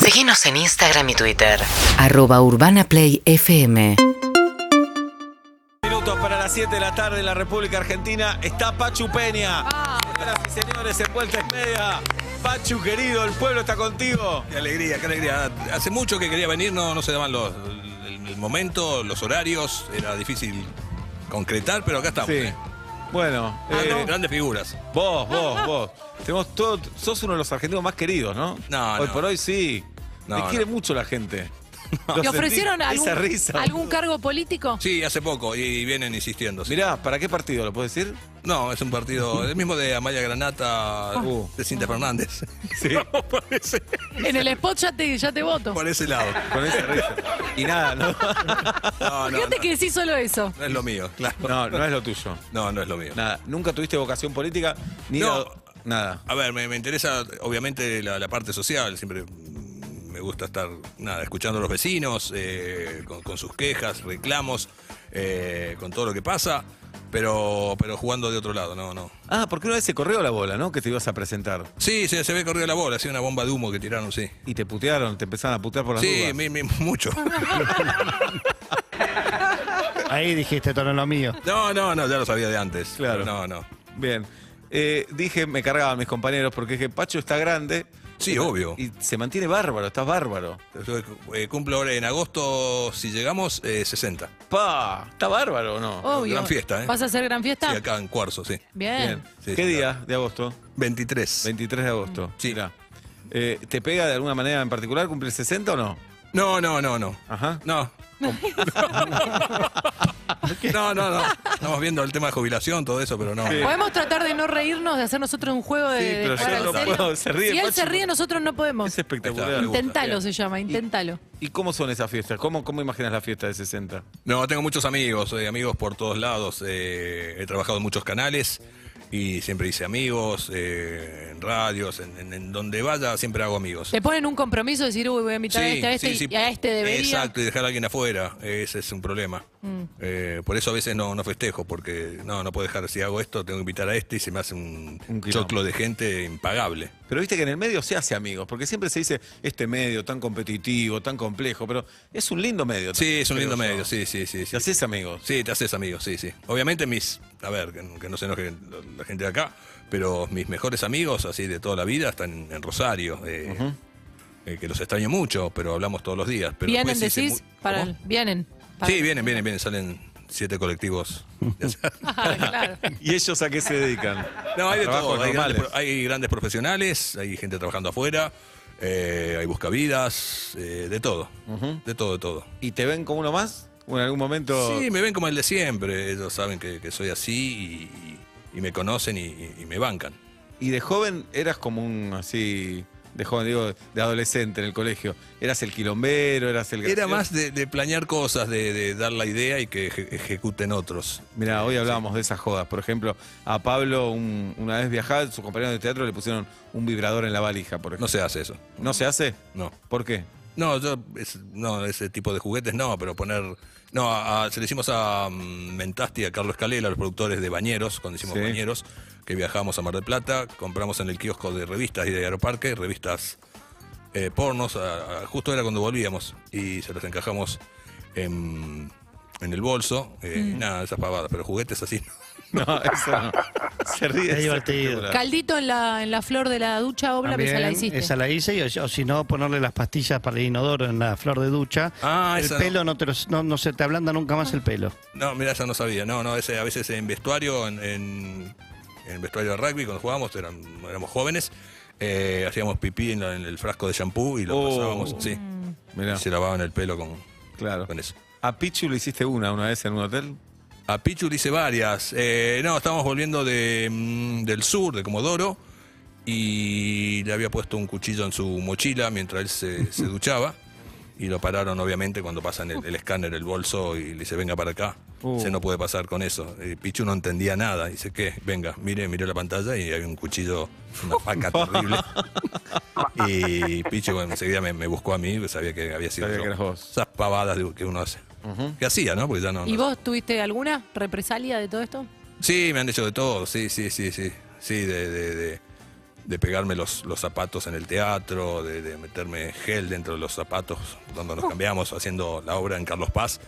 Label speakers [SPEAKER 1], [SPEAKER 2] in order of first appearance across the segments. [SPEAKER 1] Seguinos en Instagram y Twitter.
[SPEAKER 2] arroba urbanaplayfm
[SPEAKER 3] Minutos para las 7 de la tarde en la República Argentina. Está Pachu Peña.
[SPEAKER 4] Ah.
[SPEAKER 3] Señoras y señores, en vuelta y media. Pachu, querido, el pueblo está contigo.
[SPEAKER 5] Qué alegría, qué alegría. Hace mucho que quería venir, no, no se daban los, el, el momento, los horarios, era difícil concretar, pero acá estamos.
[SPEAKER 3] Sí. Ah,
[SPEAKER 5] ¿eh?
[SPEAKER 3] Bueno,
[SPEAKER 4] Ah,
[SPEAKER 3] eh,
[SPEAKER 5] Eh, Grandes figuras.
[SPEAKER 3] vos, vos, vos. Tenemos todo, sos uno de los argentinos más queridos, ¿no?
[SPEAKER 5] No,
[SPEAKER 3] Hoy
[SPEAKER 5] no.
[SPEAKER 3] por hoy sí.
[SPEAKER 5] No,
[SPEAKER 3] Te
[SPEAKER 5] no.
[SPEAKER 3] quiere mucho la gente.
[SPEAKER 4] ¿Le ofrecieron algún,
[SPEAKER 3] Esa risa.
[SPEAKER 4] algún cargo político?
[SPEAKER 5] Sí, hace poco, y vienen insistiendo. sí.
[SPEAKER 3] Mirá, ¿para qué partido lo puedes decir?
[SPEAKER 5] No, es un partido, el mismo de Amaya Granata,
[SPEAKER 3] Uh.
[SPEAKER 5] de Cinta Fernández.
[SPEAKER 3] Sí.
[SPEAKER 5] Parece,
[SPEAKER 4] En el spot ya te, ya te voto.
[SPEAKER 5] por ese lado.
[SPEAKER 3] Con esa risa. Y nada, no,
[SPEAKER 5] No, no,
[SPEAKER 4] Fíjate
[SPEAKER 5] no,
[SPEAKER 4] que decís solo eso.
[SPEAKER 5] no es lo mío, claro.
[SPEAKER 3] no, no es lo tuyo.
[SPEAKER 5] No, no es lo mío.
[SPEAKER 3] Nada, nunca tuviste vocación política ni
[SPEAKER 5] No.
[SPEAKER 3] la- nada.
[SPEAKER 5] A ver, me, me interesa obviamente la, la parte social, siempre mm, me gusta estar nada, escuchando a los vecinos, eh, con, con sus quejas, reclamos, eh, con todo lo que pasa, pero, pero jugando de otro lado, no, no.
[SPEAKER 3] Ah, porque una vez se corrió la bola, ¿no? Que te ibas a presentar.
[SPEAKER 5] Sí, se, se ve corrida la bola, sí, una bomba de humo que tiraron, sí.
[SPEAKER 3] Y te putearon, te empezaron a putear por las
[SPEAKER 5] Sí,
[SPEAKER 3] dudas.
[SPEAKER 5] mi- mi- mucho.
[SPEAKER 6] Ahí dijiste, todo lo mío.
[SPEAKER 5] No, no, no, ya lo sabía de antes.
[SPEAKER 3] Claro.
[SPEAKER 5] No, no.
[SPEAKER 3] Bien. Eh, dije, me cargaban mis compañeros porque dije, Pacho está grande.
[SPEAKER 5] Sí, obvio.
[SPEAKER 3] Y se mantiene bárbaro, estás bárbaro.
[SPEAKER 5] Yo, eh, cumplo ahora en agosto, si llegamos, eh, 60.
[SPEAKER 3] ¡Pa! ¿Está bárbaro o no?
[SPEAKER 4] Obvio.
[SPEAKER 5] gran fiesta, ¿eh?
[SPEAKER 4] ¿Vas a hacer gran
[SPEAKER 5] Sí,
[SPEAKER 4] fiesta?
[SPEAKER 5] acá en Cuarzo, sí.
[SPEAKER 4] Oh, Bien.
[SPEAKER 5] Sí,
[SPEAKER 3] ¿Qué
[SPEAKER 5] sí,
[SPEAKER 3] día de agosto?
[SPEAKER 5] 23.
[SPEAKER 3] 23 de agosto.
[SPEAKER 5] Sí.
[SPEAKER 3] Mirá. Eh, ¿Te pega de alguna manera en particular? ¿Cumple 60 o no?
[SPEAKER 5] No, no, no, no.
[SPEAKER 3] Ajá.
[SPEAKER 5] No. No, no, no. Estamos viendo el tema de jubilación, todo eso, pero no.
[SPEAKER 4] Podemos tratar de no reírnos, de hacer nosotros un juego de.
[SPEAKER 3] Sí,
[SPEAKER 4] de
[SPEAKER 3] pero
[SPEAKER 4] jugar
[SPEAKER 5] yo
[SPEAKER 4] al
[SPEAKER 5] no
[SPEAKER 4] serio.
[SPEAKER 3] puedo, se ríe,
[SPEAKER 4] si él se
[SPEAKER 3] Pachi.
[SPEAKER 4] ríe, nosotros no podemos.
[SPEAKER 3] Es espectacular.
[SPEAKER 5] Ahí está.
[SPEAKER 4] Intentalo, se llama, intentalo.
[SPEAKER 3] ¿Y cómo son esas fiestas? ¿Cómo, cómo imaginas la fiesta de 60?
[SPEAKER 5] No, tengo muchos amigos, eh, amigos por todos lados. eh, he trabajado en muchos canales y siempre hice amigos, eh, en radios, en, en- en donde vaya siempre hago amigos.
[SPEAKER 4] Te ponen un compromiso de decir, uy, voy a invitar a este, a este
[SPEAKER 5] sí,
[SPEAKER 4] y
[SPEAKER 5] sí.
[SPEAKER 4] a este debería. Mm.
[SPEAKER 5] Exacto, y dejar a alguien afuera, ese es un problema. Eh, por eso a veces no, no festejo, porque no, no puedo dejar, si hago esto, tengo que invitar a este y se me hace un,
[SPEAKER 3] Un quilombo.
[SPEAKER 5] choclo de gente impagable.
[SPEAKER 3] Pero viste que en el medio se hace amigos, porque siempre se dice este medio tan competitivo, tan complejo, pero es un lindo medio.
[SPEAKER 5] Sí,
[SPEAKER 3] también,
[SPEAKER 5] es un
[SPEAKER 3] creo
[SPEAKER 5] lindo
[SPEAKER 3] yo.
[SPEAKER 5] medio, sí, sí, sí.
[SPEAKER 3] Te
[SPEAKER 5] sí.
[SPEAKER 3] haces amigos.
[SPEAKER 5] Sí, te haces amigo, sí, sí. Obviamente mis, a ver, que, que no se enoje la gente de acá, pero mis mejores amigos, así de toda la vida, están en, en Rosario, eh, eh, que los extraño mucho, pero hablamos todos los días. Pero
[SPEAKER 4] vienen,
[SPEAKER 5] después hice
[SPEAKER 4] decís,
[SPEAKER 5] mu-
[SPEAKER 4] para el-
[SPEAKER 5] ¿Cómo?
[SPEAKER 4] vienen. para-
[SPEAKER 5] Sí, vienen, vienen, vienen, salen siete colectivos.
[SPEAKER 4] Ah, claro.
[SPEAKER 3] ¿Y ellos a qué se dedican?
[SPEAKER 5] No, hay de
[SPEAKER 3] Trabajos
[SPEAKER 5] todo. Hay
[SPEAKER 3] normales.
[SPEAKER 5] grandes, pro- hay grandes profesionales, hay gente trabajando afuera, eh, hay buscavidas, eh, de todo. De todo, de todo.
[SPEAKER 3] ¿Y te ven como uno más? ¿O en algún momento?
[SPEAKER 5] Sí, me ven como el de siempre. Ellos saben que, que soy así y, y me conocen y, y- y me bancan.
[SPEAKER 3] ¿Y de joven eras como un así, de joven, digo, de adolescente en el colegio? ¿Eras el quilombero? ¿Eras el
[SPEAKER 5] Era más de, de planear cosas, de, de dar la idea y que eje- ejecuten otros.
[SPEAKER 3] Mira, hoy hablábamos de esas jodas. Por ejemplo, a Pablo un- una vez viajaba, sus compañeros de teatro le pusieron un vibrador en la valija, por
[SPEAKER 5] No
[SPEAKER 3] ejemplo.
[SPEAKER 5] se hace eso.
[SPEAKER 3] ¿No se hace?
[SPEAKER 5] No.
[SPEAKER 3] ¿Por qué?
[SPEAKER 5] No, yo, es- no, ese tipo de juguetes no, pero poner. No, a- a- se le hicimos a mm, Mentasti, a Carlos Calela, a los productores de Bañeros, cuando hicimos
[SPEAKER 3] Sí.
[SPEAKER 5] Bañeros, que viajamos a Mar del Plata, compramos en el kiosco de revistas y de Aeroparque, revistas eh, pornos, a- a- justo era cuando volvíamos, y se los encajamos en, en el bolso, eh, y nada, esas pavadas, pero juguetes así.
[SPEAKER 3] No, eso no. Se ríe.
[SPEAKER 6] Es divertido.
[SPEAKER 3] espectacular.
[SPEAKER 4] Caldito en la, en la flor de la ducha obla, que
[SPEAKER 6] También,
[SPEAKER 4] esa la hiciste.
[SPEAKER 6] esa la hice, y, o, o si no, ponerle las pastillas para el inodoro en la flor de ducha.
[SPEAKER 5] Ah,
[SPEAKER 6] el
[SPEAKER 5] esa no.
[SPEAKER 6] pelo no. te los- no, no se te ablanda nunca más el pelo.
[SPEAKER 5] No, mira, ya no sabía. No, no, ese, a veces en vestuario, en, en, en vestuario de rugby, cuando jugábamos, eran- éramos jóvenes, eh, hacíamos pipí en, la- en el frasco de shampoo y lo
[SPEAKER 3] Oh.
[SPEAKER 5] pasábamos, sí.
[SPEAKER 3] Mirá,
[SPEAKER 5] Y se lavaban el pelo con,
[SPEAKER 3] claro.
[SPEAKER 5] con eso.
[SPEAKER 3] A Pichu le hiciste una una vez en un hotel.
[SPEAKER 5] A Pichu le hice varias. Eh, no, estábamos volviendo de, mm, del sur, de Comodoro, y le había puesto un cuchillo en su mochila mientras él se, se duchaba. Y lo pararon, obviamente, cuando pasan el, el escáner, el bolso, y le dice, venga para acá.
[SPEAKER 3] Uh.
[SPEAKER 5] Se no puede pasar con eso. Eh, Pichu no entendía nada. Dice, ¿qué? Venga, mire, miré la pantalla y había un cuchillo, una faca terrible. y Pichu bueno, enseguida me, me buscó a mí, pues, sabía que había sido
[SPEAKER 3] Sabía
[SPEAKER 5] yo.
[SPEAKER 3] que eras vos.
[SPEAKER 5] Esas pavadas de- que uno hace. Que hacía, ¿no? Porque ya no-
[SPEAKER 4] ¿Y
[SPEAKER 5] no
[SPEAKER 4] vos tuviste alguna represalia de todo esto?
[SPEAKER 5] Sí, me han hecho de todo, sí, sí, sí, sí. Sí, de, de, de, de pegarme los, los zapatos en el teatro, de, de meterme gel dentro de los zapatos cuando nos cambiamos, haciendo la obra en Carlos Paz.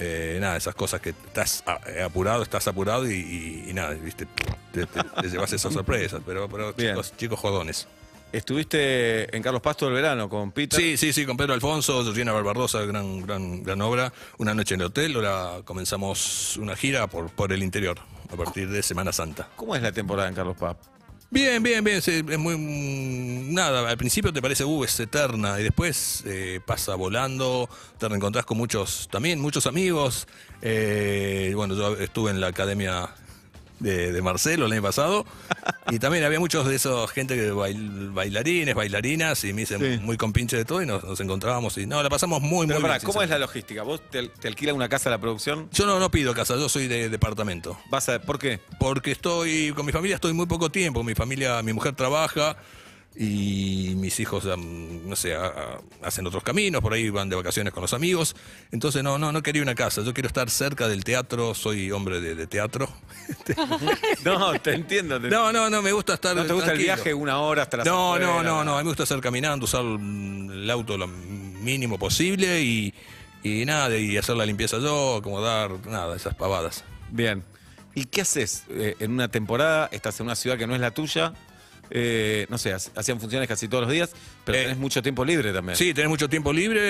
[SPEAKER 5] Eh, nada, esas cosas que estás a- eh, apurado, estás apurado y, y- y nada, viste, te, te- te llevas esas sorpresas, pero, pero
[SPEAKER 3] Bien.
[SPEAKER 5] chicos, chicos jodones.
[SPEAKER 3] Estuviste en Carlos Paz todo el verano con Peter.
[SPEAKER 5] Sí, sí, sí, con Pedro Alfonso, Georgina Barbarosa, gran, gran, gran obra. Una noche en el hotel, ahora comenzamos una gira por, por el interior, a partir de Semana Santa.
[SPEAKER 3] ¿Cómo es la temporada en Carlos Paz?
[SPEAKER 5] Bien, bien, bien, sí, es muy... mm, Nada, al principio te parece, uh, es eterna, y después eh, pasa volando, te reencontrás con muchos, también muchos amigos. Eh, bueno, yo estuve en la academia de, de Marcelo el año pasado, y también había muchos de esos gente que bail- bailarines, bailarinas, y me dicen
[SPEAKER 3] Sí.
[SPEAKER 5] muy compinche de todo, y nos, nos encontrábamos, y no, la pasamos muy,
[SPEAKER 3] Pero
[SPEAKER 5] muy
[SPEAKER 3] pará,
[SPEAKER 5] bien.
[SPEAKER 3] ¿cómo es la
[SPEAKER 5] sinceramente.
[SPEAKER 3] logística? ¿Vos te, al- te alquilan una casa a la producción?
[SPEAKER 5] Yo no, no pido casa, yo soy de departamento.
[SPEAKER 3] ¿Vas a, ¿Por qué?
[SPEAKER 5] Porque estoy con mi familia, estoy muy poco tiempo. Mi familia, mi mujer trabaja y mis hijos, am, no sé, a- a- hacen otros caminos, por ahí van de vacaciones con los amigos. Entonces, no, no, no quería una casa. Yo quiero estar cerca del teatro. Soy hombre de, de teatro.
[SPEAKER 3] No, te entiendo. te-
[SPEAKER 5] No, no, no, me gusta estar.
[SPEAKER 3] ¿No te gusta el
[SPEAKER 5] tranquilo.
[SPEAKER 3] viaje una hora hasta la
[SPEAKER 5] No, no, no, no. A mí me gusta estar caminando, usar mm, el auto lo mínimo posible y, y nada, y hacer la limpieza yo, acomodar, nada, esas pavadas.
[SPEAKER 3] Bien. ¿Y qué haces eh, en una temporada? Estás en una ciudad que no es la tuya. eh, no sé, ha- hacían funciones casi todos los días, pero
[SPEAKER 5] Eh,
[SPEAKER 3] tenés mucho tiempo libre también.
[SPEAKER 5] Sí, tenés mucho tiempo libre,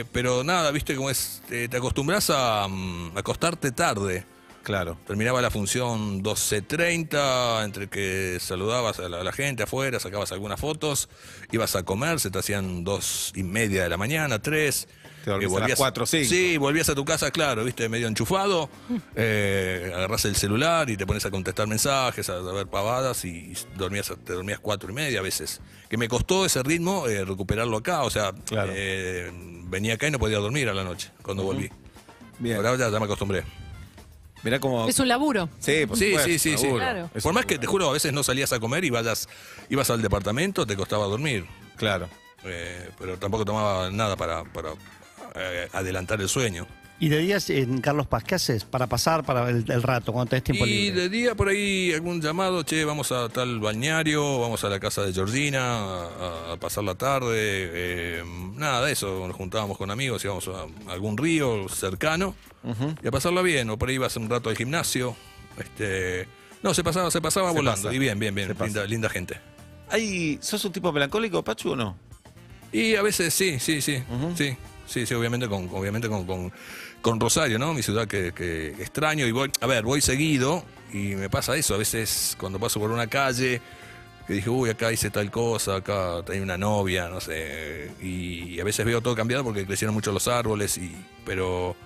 [SPEAKER 5] eh, pero nada, viste cómo es. eh, te acostumbras a mm, acostarte tarde.
[SPEAKER 3] Claro.
[SPEAKER 5] Terminaba la función 12.30, entre que saludabas a la, a la gente afuera, sacabas algunas fotos, ibas a comer, se te hacían dos y media de la mañana, tres.
[SPEAKER 3] Te dormís
[SPEAKER 5] eh,
[SPEAKER 3] a las cuatro, cinco.
[SPEAKER 5] Sí, volvías a tu casa, claro, viste, medio enchufado, eh, agarrás el celular y te pones a contestar mensajes, a, a ver pavadas y, dormías, te dormías cuatro y media a veces. Que me costó ese ritmo eh, recuperarlo acá, o sea,
[SPEAKER 3] Claro.
[SPEAKER 5] eh, venía acá y no podía dormir a la noche cuando volví.
[SPEAKER 3] Bien.
[SPEAKER 5] Ahora ya- ya me acostumbré.
[SPEAKER 3] Mirá cómo.
[SPEAKER 4] Es un laburo.
[SPEAKER 3] Sí, por
[SPEAKER 5] Sí,
[SPEAKER 3] supuesto,
[SPEAKER 5] sí, sí, sí.
[SPEAKER 3] seguro.
[SPEAKER 4] Claro.
[SPEAKER 3] Es
[SPEAKER 5] Por
[SPEAKER 3] un
[SPEAKER 5] más que te juro, a veces no salías a comer y vayas, ibas al departamento, te costaba dormir.
[SPEAKER 3] Claro.
[SPEAKER 5] Eh, pero tampoco tomaba nada para, para, eh, adelantar el sueño.
[SPEAKER 6] ¿Y de días en Carlos Paz, ¿qué haces para pasar para el, el rato cuando tenés tiempo
[SPEAKER 5] Y
[SPEAKER 6] libre?
[SPEAKER 5] de día por ahí algún llamado, che, vamos a tal balneario, vamos a la casa de Georgina a, a pasar la tarde, eh, nada de eso, nos juntábamos con amigos, íbamos a algún río cercano y a pasarla bien, o por ahí ibas un rato al gimnasio, este, no, se pasaba, se pasaba
[SPEAKER 3] Se
[SPEAKER 5] volando,
[SPEAKER 3] pasa.
[SPEAKER 5] y bien, bien, bien,
[SPEAKER 3] Se pasa.
[SPEAKER 5] linda, linda gente.
[SPEAKER 3] Ay, ¿Sos un tipo melancólico, Pachu, o no?
[SPEAKER 5] Y a veces sí, sí, sí, sí. Sí, sí, obviamente con, obviamente con, con- con Rosario, ¿no? Mi ciudad que, que extraño y voy, a ver, voy seguido y me pasa eso. A veces cuando paso por una calle que dije, uy, acá hice tal cosa, acá tenía una novia, no sé. Y a veces veo todo cambiado porque crecieron mucho los árboles y, pero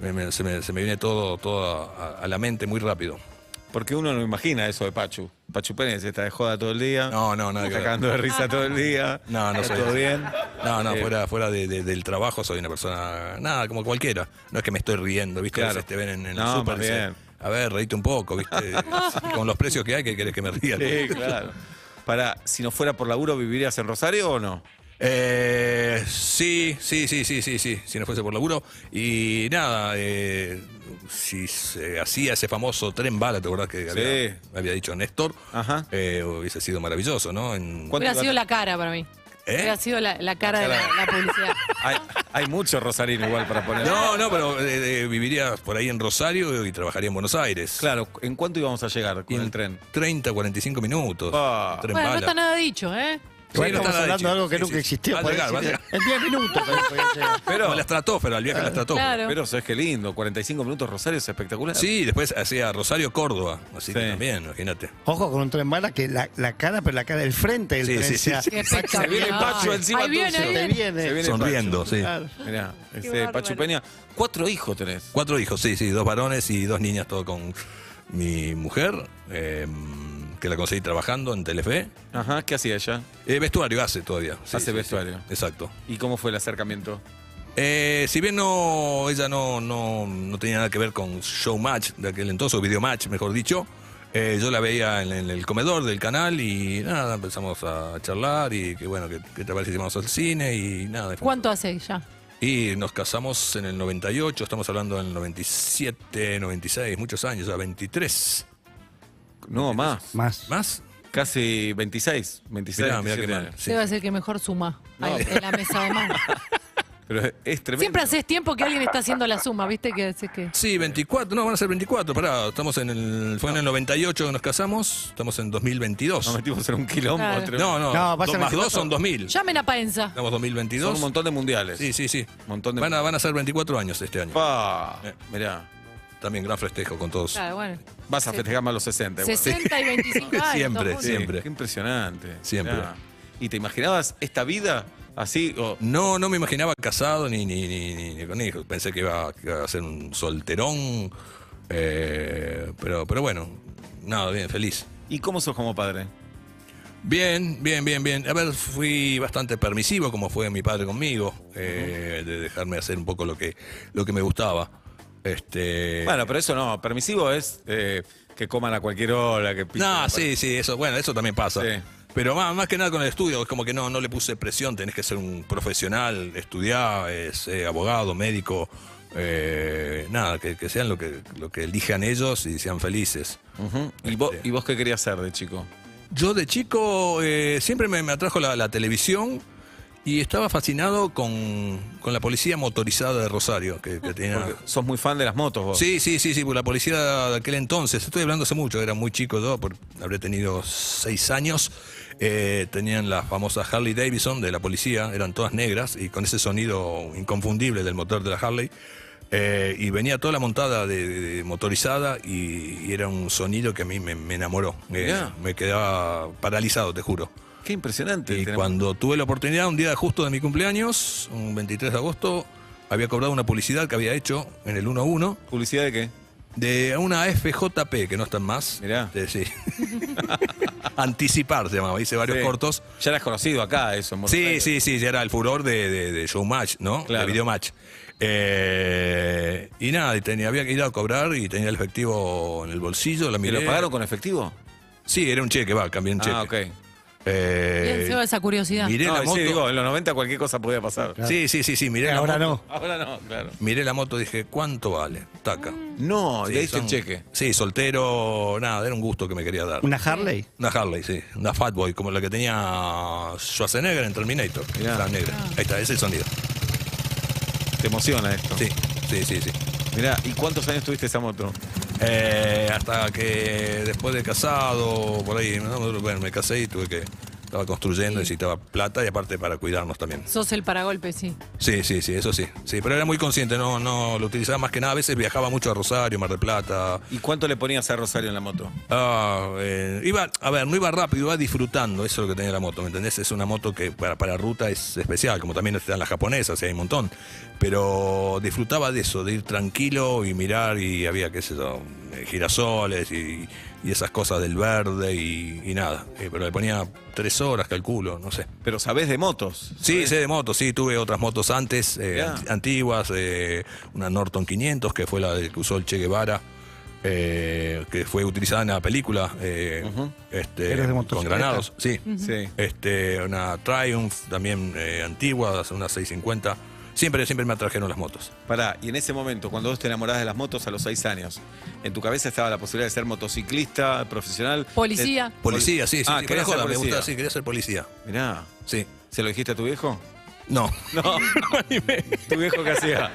[SPEAKER 5] me- me- se, me, se me viene todo, todo a- a la mente muy rápido.
[SPEAKER 3] Porque uno no imagina eso de Pachu. Pachu Pérez está de joda todo el día.
[SPEAKER 5] No, no, nada que ver.
[SPEAKER 3] Sacando de risa todo el día.
[SPEAKER 5] No, no
[SPEAKER 3] Está
[SPEAKER 5] soy-
[SPEAKER 3] todo bien.
[SPEAKER 5] No, no,
[SPEAKER 3] Eh,
[SPEAKER 5] fuera, fuera de- de- del trabajo soy una persona, nada, como cualquiera. No es que me estoy riendo, ¿viste? A
[SPEAKER 3] Claro.
[SPEAKER 5] veces te ven en, en
[SPEAKER 3] No,
[SPEAKER 5] el súper y
[SPEAKER 3] más
[SPEAKER 5] dicen,
[SPEAKER 3] bien.
[SPEAKER 5] a ver, reíte un poco, ¿viste? Y con los precios que hay, que querés que me ría?
[SPEAKER 3] Sí, claro. Para, si no fuera por laburo, ¿vivirías en Rosario o no?
[SPEAKER 5] Eh, sí, sí, sí, sí, sí, sí, si no fuese por laburo. Y nada, eh, si se hacía ese famoso tren bala, ¿te acordás que había, había dicho Néstor?
[SPEAKER 3] Ajá.
[SPEAKER 5] Eh, hubiese sido maravilloso, ¿no? En-
[SPEAKER 3] ¿Cuánto
[SPEAKER 4] Hubiera
[SPEAKER 3] ibas-
[SPEAKER 4] sido la cara para mí.
[SPEAKER 5] ¿Eh?
[SPEAKER 4] Hubiera sido la, la
[SPEAKER 3] La
[SPEAKER 4] cara de
[SPEAKER 3] cara.
[SPEAKER 4] la, la publicidad.
[SPEAKER 3] Hay, hay mucho rosarino igual para poner.
[SPEAKER 5] No, no, pero eh, eh, viviría por ahí en Rosario y trabajaría en Buenos Aires.
[SPEAKER 3] Claro, ¿en cuánto íbamos a llegar con
[SPEAKER 5] en
[SPEAKER 3] el tren?
[SPEAKER 5] 30, 45 minutos.
[SPEAKER 3] Ah.
[SPEAKER 5] Tren
[SPEAKER 4] Bueno, no
[SPEAKER 5] bala.
[SPEAKER 4] está nada dicho, ¿eh?
[SPEAKER 5] Sí,
[SPEAKER 6] Igual
[SPEAKER 5] no
[SPEAKER 6] estamos
[SPEAKER 5] está nada
[SPEAKER 6] hablando de algo que
[SPEAKER 5] dicho.
[SPEAKER 6] nunca
[SPEAKER 5] Sí, sí.
[SPEAKER 6] existió.
[SPEAKER 5] Va a
[SPEAKER 6] podés
[SPEAKER 5] llegar, va a
[SPEAKER 6] decir,
[SPEAKER 5] llegar.
[SPEAKER 6] En 10 minutos. podés llegar.
[SPEAKER 5] Pero la estratosfera, el viaje a la estratosfera.
[SPEAKER 4] Claro.
[SPEAKER 3] Pero sabes qué lindo, 45 minutos Rosario es espectacular.
[SPEAKER 5] Sí, después hacía Rosario Córdoba,
[SPEAKER 3] Sí.
[SPEAKER 5] así que también, imagínate.
[SPEAKER 6] Ojo con un tren bala que la, la cara, pero la cara del frente del
[SPEAKER 5] Sí,
[SPEAKER 6] tren.
[SPEAKER 5] sí,
[SPEAKER 6] o
[SPEAKER 5] sí,
[SPEAKER 6] sea,
[SPEAKER 5] sí.
[SPEAKER 4] Qué espectacular.
[SPEAKER 3] viene Pacho encima
[SPEAKER 4] Ahí viene,
[SPEAKER 3] tuyo.
[SPEAKER 4] ahí
[SPEAKER 6] Te
[SPEAKER 4] viene.
[SPEAKER 3] Se
[SPEAKER 6] viene.
[SPEAKER 3] viene
[SPEAKER 5] Sonriendo, sí.
[SPEAKER 6] Claro.
[SPEAKER 3] Mirá, ese
[SPEAKER 4] bárbaro.
[SPEAKER 3] Pachu Peña, cuatro hijos tenés.
[SPEAKER 5] Cuatro hijos, sí, sí, dos varones y dos niñas, todo con mi mujer, eh, que la conseguí trabajando en Telefe.
[SPEAKER 3] Ajá, ¿qué hacía ella?
[SPEAKER 5] Eh, vestuario hace todavía. sí,
[SPEAKER 3] Hace
[SPEAKER 5] sí, sí.
[SPEAKER 3] vestuario.
[SPEAKER 5] Exacto.
[SPEAKER 3] ¿Y cómo fue el acercamiento?
[SPEAKER 5] Eh, si bien no, ella no, no, no tenía nada que ver con Showmatch de aquel entonces, o Videomatch, mejor dicho, eh, yo la veía en, en el comedor del canal y nada, empezamos a charlar y que bueno, que, que te parece si vamos al cine y nada. y fue-
[SPEAKER 4] ¿Cuánto hace ya?
[SPEAKER 5] Y nos casamos en el 98, estamos hablando del 97, 96, muchos años, o sea, 23
[SPEAKER 3] No, más.
[SPEAKER 6] Más.
[SPEAKER 5] más.
[SPEAKER 3] Casi 26, 26.
[SPEAKER 5] Mirá, mirá qué
[SPEAKER 3] 27
[SPEAKER 5] mal.
[SPEAKER 3] años.
[SPEAKER 5] Sí.
[SPEAKER 4] Seba es el que mejor suma ahí, en la mesa de mano.
[SPEAKER 3] Pero es- es tremendo.
[SPEAKER 4] Siempre haces tiempo que alguien está haciendo la suma, ¿viste? Que decís que.
[SPEAKER 5] Sí, 24, no, van a ser 24, pará, estamos en el, fue en el 98 que nos casamos, estamos en 2022.
[SPEAKER 3] Nos metimos en un quilombo.
[SPEAKER 4] Claro.
[SPEAKER 3] tremendo.
[SPEAKER 5] No, no,
[SPEAKER 6] No, va a
[SPEAKER 5] dos
[SPEAKER 6] ser
[SPEAKER 5] más
[SPEAKER 6] 24.
[SPEAKER 5] dos son 2000.
[SPEAKER 4] Llamen a Paenza.
[SPEAKER 5] Estamos 2022.
[SPEAKER 3] Son un montón de mundiales.
[SPEAKER 5] Sí, sí, sí.
[SPEAKER 3] Montón de-
[SPEAKER 5] Van, a, van a ser 24 años este año.
[SPEAKER 3] Pa, mirá,
[SPEAKER 5] También gran festejo con todos.
[SPEAKER 4] Claro, bueno.
[SPEAKER 3] vas a festejar más los 60. igual.
[SPEAKER 4] 60 y 25 años.
[SPEAKER 5] Siempre,
[SPEAKER 4] todo junto.
[SPEAKER 3] Sí,
[SPEAKER 5] siempre.
[SPEAKER 3] Qué impresionante.
[SPEAKER 5] Siempre.
[SPEAKER 3] Mirá. ¿Y te imaginabas esta vida así? o-
[SPEAKER 5] No, no me imaginaba casado ni, ni, ni, ni- ni con hijos. Pensé que iba a ser un solterón. eh, pero, pero bueno, nada, bien, feliz.
[SPEAKER 3] ¿Y cómo sos como padre?
[SPEAKER 5] Bien, bien, bien, bien. A ver, fui bastante permisivo, como fue mi padre conmigo, eh, de dejarme hacer un poco lo que, lo que me gustaba. Este,
[SPEAKER 3] Bueno, pero eso no, permisivo es eh, que coman a cualquier hora, que pisen.
[SPEAKER 5] No, sí, sí, eso, bueno, eso también pasa.
[SPEAKER 3] Sí.
[SPEAKER 5] Pero más, más que nada con el estudio, es como que no, no le puse presión, tenés que ser un profesional, estudiar, es, eh, abogado, médico, eh, nada, que, que sean lo que, lo que elijan ellos y sean felices.
[SPEAKER 3] Ujú. ¿Y, vos,
[SPEAKER 5] Este.
[SPEAKER 3] ¿Y vos qué querías ser de chico?
[SPEAKER 5] Yo de chico eh, siempre me, me atrajo la, la televisión y estaba fascinado con, con la policía motorizada de Rosario, que, que tenía...
[SPEAKER 3] Porque sos muy fan de las motos vos.
[SPEAKER 5] Sí, sí, sí, sí, porque la policía de aquel entonces, estoy hablando hace mucho, era muy chico yo, por- habré tenido seis años, eh, tenían las famosas Harley Davidson de la policía, eran todas negras y con ese sonido inconfundible del motor de la Harley. eh, y venía toda la montada de, de- de motorizada y, y era un sonido que a mí me, me enamoró. eh,
[SPEAKER 3] Mirá.
[SPEAKER 5] me quedaba paralizado, te juro.
[SPEAKER 3] Qué impresionante.
[SPEAKER 5] Y
[SPEAKER 3] Tenemos-
[SPEAKER 5] cuando tuve la oportunidad, un día justo de mi cumpleaños, un 23 de agosto, había cobrado una publicidad que había hecho en el 1-1
[SPEAKER 3] ¿Publicidad de qué?
[SPEAKER 5] de una FJP, que no están más.
[SPEAKER 3] Mirá.
[SPEAKER 5] Eh, sí. Anticipar se llamaba, hice varios
[SPEAKER 3] Sí.
[SPEAKER 5] cortos.
[SPEAKER 3] Ya eras conocido acá, eso. en Buenos
[SPEAKER 5] Sí,
[SPEAKER 3] Aires.
[SPEAKER 5] sí, sí, ya era el furor de, de, de Showmatch, ¿no?
[SPEAKER 3] Claro.
[SPEAKER 5] De Videomatch. Eh, y nada, y tenía, había que ir a cobrar y tenía el efectivo en el bolsillo. La
[SPEAKER 3] ¿Y
[SPEAKER 5] miré.
[SPEAKER 3] lo pagaron con efectivo?
[SPEAKER 5] Sí, era un cheque, va, cambié un cheque.
[SPEAKER 3] Ah, ok.
[SPEAKER 5] Eh,
[SPEAKER 4] Bien, Seba, esa curiosidad.
[SPEAKER 5] miré
[SPEAKER 3] No,
[SPEAKER 5] la
[SPEAKER 3] sí,
[SPEAKER 5] moto.
[SPEAKER 3] digo, en los 90 cualquier cosa podía pasar.
[SPEAKER 5] sí, sí, sí, sí, miré la
[SPEAKER 6] Eh, Ahora
[SPEAKER 5] moto.
[SPEAKER 6] no.
[SPEAKER 3] Ahora no, claro.
[SPEAKER 5] Miré la moto, dije, ¿cuánto vale? Taca.
[SPEAKER 3] No,
[SPEAKER 5] Sí,
[SPEAKER 3] Mm. le diste
[SPEAKER 5] son-
[SPEAKER 3] el cheque.
[SPEAKER 5] Sí, soltero, nada, era un gusto que me quería dar.
[SPEAKER 6] ¿Una Harley?
[SPEAKER 5] Una Harley, sí. Una Fatboy, como la que tenía Schwarzenegger en Terminator.
[SPEAKER 3] Mirá.
[SPEAKER 5] La negra. Ahí está, ese es el sonido.
[SPEAKER 3] Te emociona esto.
[SPEAKER 5] Sí, sí, sí, sí.
[SPEAKER 3] Mirá, ¿y cuántos años tuviste esa moto?
[SPEAKER 5] Eh, hasta que después de casado, por ahí, ¿no? bueno, me casé y tuve que... Estaba construyendo, necesitaba plata y aparte para cuidarnos también.
[SPEAKER 4] Sos el paragolpe, sí.
[SPEAKER 5] Sí, sí, sí, eso sí. Sí, pero era muy consciente, no, no lo utilizaba más que nada. A veces viajaba mucho a Rosario, Mar del Plata.
[SPEAKER 3] ¿Y cuánto le ponías a Rosario en la moto?
[SPEAKER 5] Ah, eh, iba, a ver, no iba rápido, iba disfrutando, eso es lo que tenía la moto, ¿me entendés? Es una moto que para, para ruta es especial, como también están las japonesas, y hay un montón. Pero disfrutaba de eso, de ir tranquilo y mirar, y había, qué sé yo, eh, girasoles y, y esas cosas del verde y, y nada. Eh, pero le ponía tres horas, calculo, no sé.
[SPEAKER 3] Pero sabés de motos.
[SPEAKER 5] Sí, sé de motos, sí, tuve otras motos antes, eh,
[SPEAKER 3] Mirá.
[SPEAKER 5] anti- antiguas, eh, una Norton 500, que fue la que usó el Che Guevara, eh, que fue utilizada en la película, eh, este,
[SPEAKER 6] Héroes de
[SPEAKER 5] con
[SPEAKER 6] motocicleta.
[SPEAKER 5] granados, sí.
[SPEAKER 3] Sí.
[SPEAKER 5] Este, una Triumph también eh, antigua, una 650. Siempre, siempre me atrajeron las motos.
[SPEAKER 3] Pará, y en ese momento, cuando vos te enamorás de las motos a los seis años, ¿en tu cabeza estaba la posibilidad de ser motociclista, profesional?
[SPEAKER 4] Policía.
[SPEAKER 3] De-
[SPEAKER 5] Eh, Policía, sí, sí,
[SPEAKER 3] Ah,
[SPEAKER 5] sí,
[SPEAKER 3] querías
[SPEAKER 5] fuera
[SPEAKER 3] ser
[SPEAKER 5] joda, me
[SPEAKER 3] policía.
[SPEAKER 5] gustaba, sí, quería ser policía.
[SPEAKER 3] Mirá,
[SPEAKER 5] Sí.
[SPEAKER 3] ¿se lo dijiste a tu viejo?
[SPEAKER 5] No.
[SPEAKER 3] No. ¿Tu viejo qué hacía?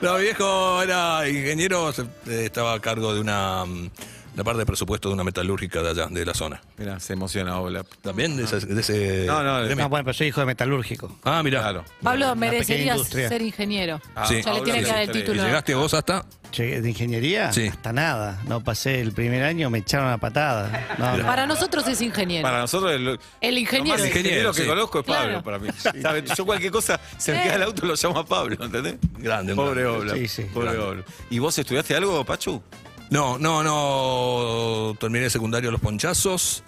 [SPEAKER 5] No, mi viejo era ingeniero, se- eh, estaba a cargo de una mm, la parte de presupuesto de una metalúrgica de allá, de la zona.
[SPEAKER 3] Mirá, se emociona Ola.
[SPEAKER 5] También de, ese- de ese.
[SPEAKER 3] No, no,
[SPEAKER 5] gremio.
[SPEAKER 6] No, Ah, bueno, pero soy hijo de metalúrgico.
[SPEAKER 5] Ah, mirá.
[SPEAKER 3] Claro.
[SPEAKER 4] Pablo
[SPEAKER 6] pequeña
[SPEAKER 4] merecería
[SPEAKER 6] industria.
[SPEAKER 4] ser ingeniero.
[SPEAKER 3] Ah,
[SPEAKER 5] Sí.
[SPEAKER 4] Ya le
[SPEAKER 3] ahora
[SPEAKER 4] tiene
[SPEAKER 3] sí,
[SPEAKER 4] que dar el
[SPEAKER 3] sí.
[SPEAKER 5] ¿Y
[SPEAKER 4] título.
[SPEAKER 5] llegaste vos hasta?
[SPEAKER 6] Llegué de ingeniería
[SPEAKER 5] Sí.
[SPEAKER 6] hasta nada. No pasé el primer año, me echaron a patada. No, no.
[SPEAKER 4] Para nosotros es ingeniero.
[SPEAKER 3] Para nosotros, el, lo
[SPEAKER 4] El ingeniero.
[SPEAKER 3] más
[SPEAKER 4] es.
[SPEAKER 3] ingeniero que
[SPEAKER 5] sí.
[SPEAKER 3] conozco es Pablo
[SPEAKER 4] Claro.
[SPEAKER 3] para mí. ¿Sabe? Yo cualquier cosa, se me
[SPEAKER 4] Sí.
[SPEAKER 3] queda el auto, lo llamo a Pablo, ¿entendés?
[SPEAKER 5] Grande, un
[SPEAKER 3] Pobre
[SPEAKER 5] grande.
[SPEAKER 3] Obla.
[SPEAKER 6] Sí, sí.
[SPEAKER 3] Pobre
[SPEAKER 5] Grande.
[SPEAKER 3] Obla. ¿Y vos estudiaste algo, Pachu?
[SPEAKER 5] No, no, no. Terminé el secundario los ponchazos.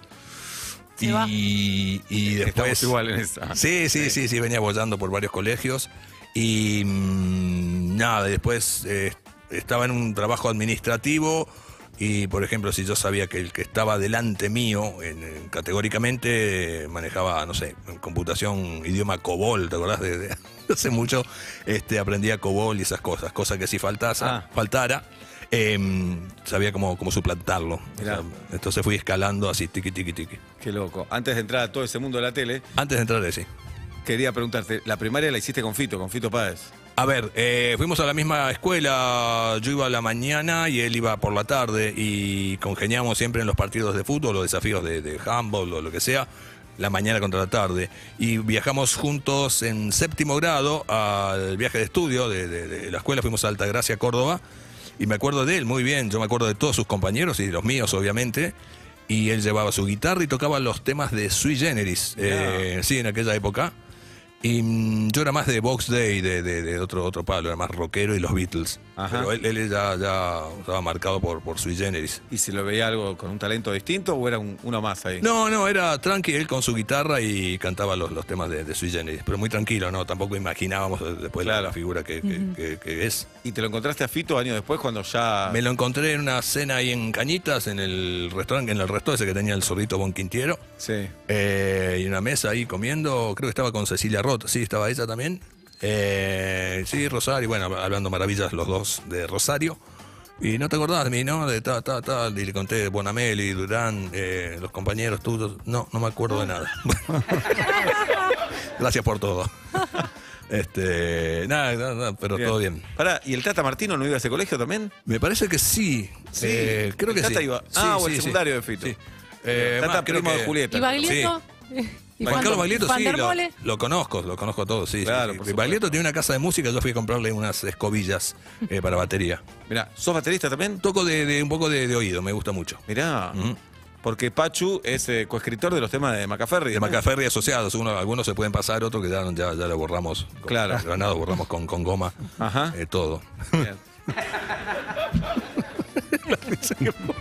[SPEAKER 4] Se va.
[SPEAKER 5] Y, y después.
[SPEAKER 3] Estamos igual en esa.
[SPEAKER 5] Sí, sí, sí, sí, venía bollando por varios colegios. Y mm, nada, después eh, estaba en un trabajo administrativo Y, por ejemplo, si yo sabía que el que estaba delante mío, en- en- categóricamente, eh, manejaba, no sé, en computación, idioma COBOL, ¿te acordás? De, de- hace mucho este, aprendía COBOL y esas cosas, cosas que si faltase,
[SPEAKER 3] Ah.
[SPEAKER 5] faltara, em, sabía cómo, cómo suplantarlo. O
[SPEAKER 3] Mirá.
[SPEAKER 5] sea, entonces fui escalando así, tiqui, tiqui, tiqui.
[SPEAKER 3] Qué loco. Antes de entrar a todo ese mundo de la tele,
[SPEAKER 5] Antes de entrar, sí.
[SPEAKER 3] quería preguntarte, la primaria la hiciste con Fito, con Fito Páez.
[SPEAKER 5] A ver, eh, fuimos a la misma escuela, yo iba a la mañana y él iba por la tarde y congeniamos siempre en los partidos de fútbol o desafíos de, de handball o lo que sea, la mañana contra la tarde. Y viajamos juntos en séptimo grado al viaje de estudio de, de- de la escuela, fuimos a Altagracia, Córdoba, y me acuerdo de él muy bien, yo me acuerdo de todos sus compañeros y de los míos obviamente. Y él llevaba su guitarra y tocaba los temas de Sui Generis, eh, sí, en aquella época. Y mm, yo era más de Box Day, de, de- de otro, otro palo, era más rockero y los Beatles.
[SPEAKER 3] Ajá.
[SPEAKER 5] Pero él, él ya, ya estaba marcado por, por sui generis.
[SPEAKER 3] ¿Y si lo veía algo con un talento distinto o era un- uno más ahí?
[SPEAKER 5] No, no, era tranqui, él con su guitarra y cantaba los, los temas de, de sui generis. Pero muy tranquilo, ¿no? Tampoco imaginábamos eh, después la-
[SPEAKER 3] Claro.
[SPEAKER 5] la figura que, que- que- que es.
[SPEAKER 3] ¿Y te lo encontraste a Fito años después cuando ya...
[SPEAKER 5] Me lo encontré en una cena ahí en Cañitas, en el restaurante, en el resto ese que tenía el zorrito Bon Quintiero.
[SPEAKER 3] Sí.
[SPEAKER 5] Eh, y en una mesa ahí comiendo, creo que estaba con Cecilia Roth, sí, estaba ella también. Eh, sí, Rosario, bueno, hablando maravillas los dos de Rosario. Y no te acordás de mí, ¿no? De ta, ta, ta, y le conté Bonameli, Durán, eh, los compañeros tuyos. No, no me acuerdo de nada. Gracias por todo. Este, nada, nada, nada, pero todo bien.
[SPEAKER 3] Pará, ¿y el Tata Martino no iba a ese colegio también?
[SPEAKER 5] Me parece que sí.
[SPEAKER 3] Sí,
[SPEAKER 5] Eh, creo
[SPEAKER 3] el
[SPEAKER 5] que
[SPEAKER 3] Tata
[SPEAKER 5] sí.
[SPEAKER 3] iba-
[SPEAKER 5] Sí,
[SPEAKER 3] ah, o
[SPEAKER 5] sí,
[SPEAKER 3] el
[SPEAKER 5] sí.
[SPEAKER 3] secundario de Fito.
[SPEAKER 5] Sí. Eh,
[SPEAKER 3] Tata
[SPEAKER 5] más, creo
[SPEAKER 3] primo de
[SPEAKER 5] que-
[SPEAKER 3] Julieta.
[SPEAKER 4] ¿Y Baglietto? ¿Y
[SPEAKER 5] Juan
[SPEAKER 4] Juan-
[SPEAKER 5] Carlos Baglietto
[SPEAKER 4] Van
[SPEAKER 5] sí,
[SPEAKER 4] der
[SPEAKER 5] lo,
[SPEAKER 4] Mole?
[SPEAKER 5] lo conozco, lo conozco todo, sí. sí,
[SPEAKER 3] Claro,
[SPEAKER 5] sí.
[SPEAKER 3] por supuesto.
[SPEAKER 5] Baglietto tiene una casa de música, yo fui a comprarle unas escobillas eh, para batería.
[SPEAKER 3] Mirá, ¿sos baterista también?
[SPEAKER 5] Toco de, de- un poco de, de oído, me gusta mucho.
[SPEAKER 3] Mirá,
[SPEAKER 5] Mm.
[SPEAKER 3] porque Pachu es eh, coescritor de los temas de Macaferri.
[SPEAKER 5] De Macaferri asociados, uno- algunos se pueden pasar, otros que ya, ya, ya lo borramos. Con,
[SPEAKER 3] Claro. Ah.
[SPEAKER 5] con Granado borramos con, con goma,
[SPEAKER 3] Ajá.
[SPEAKER 5] eh, todo.
[SPEAKER 3] Bien.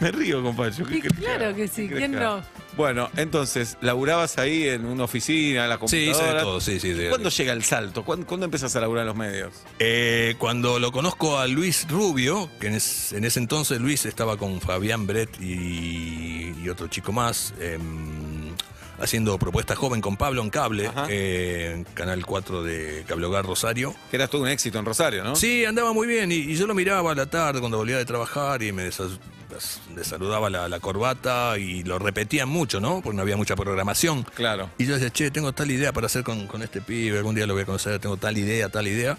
[SPEAKER 3] Me río con Pachu. ¿qué
[SPEAKER 4] Y
[SPEAKER 3] crees
[SPEAKER 4] claro
[SPEAKER 3] haga?
[SPEAKER 4] que sí,
[SPEAKER 3] ¿Qué crees
[SPEAKER 4] ¿quién
[SPEAKER 3] que haga?
[SPEAKER 4] no?
[SPEAKER 3] Bueno, entonces, laburabas ahí en una oficina, en la
[SPEAKER 5] Sí,
[SPEAKER 3] computadora.
[SPEAKER 5] hice de todo, sí, sí. de-
[SPEAKER 3] ¿Cuándo llega el salto? ¿Cuándo, cuándo empezás a laburar en los medios?
[SPEAKER 5] Eh, cuando lo conozco a Luis Rubio, que en, es- en ese entonces Luis estaba con Fabián Brett y, y otro chico más, em, haciendo Propuesta Joven con Pablo en cable,
[SPEAKER 3] Ajá.
[SPEAKER 5] eh, en Canal 4 de Cable Hogar Rosario.
[SPEAKER 3] Que eras todo un éxito en Rosario, ¿no?
[SPEAKER 5] Sí, andaba muy bien y, y yo lo miraba a la tarde cuando volvía de trabajar y me desa- des- le saludaba la, la corbata y lo repetían mucho, ¿no? Porque no había mucha programación.
[SPEAKER 3] Claro.
[SPEAKER 5] Y yo decía, che, tengo tal idea para hacer con, con este pibe, algún día lo voy a conocer, tengo tal idea, tal idea.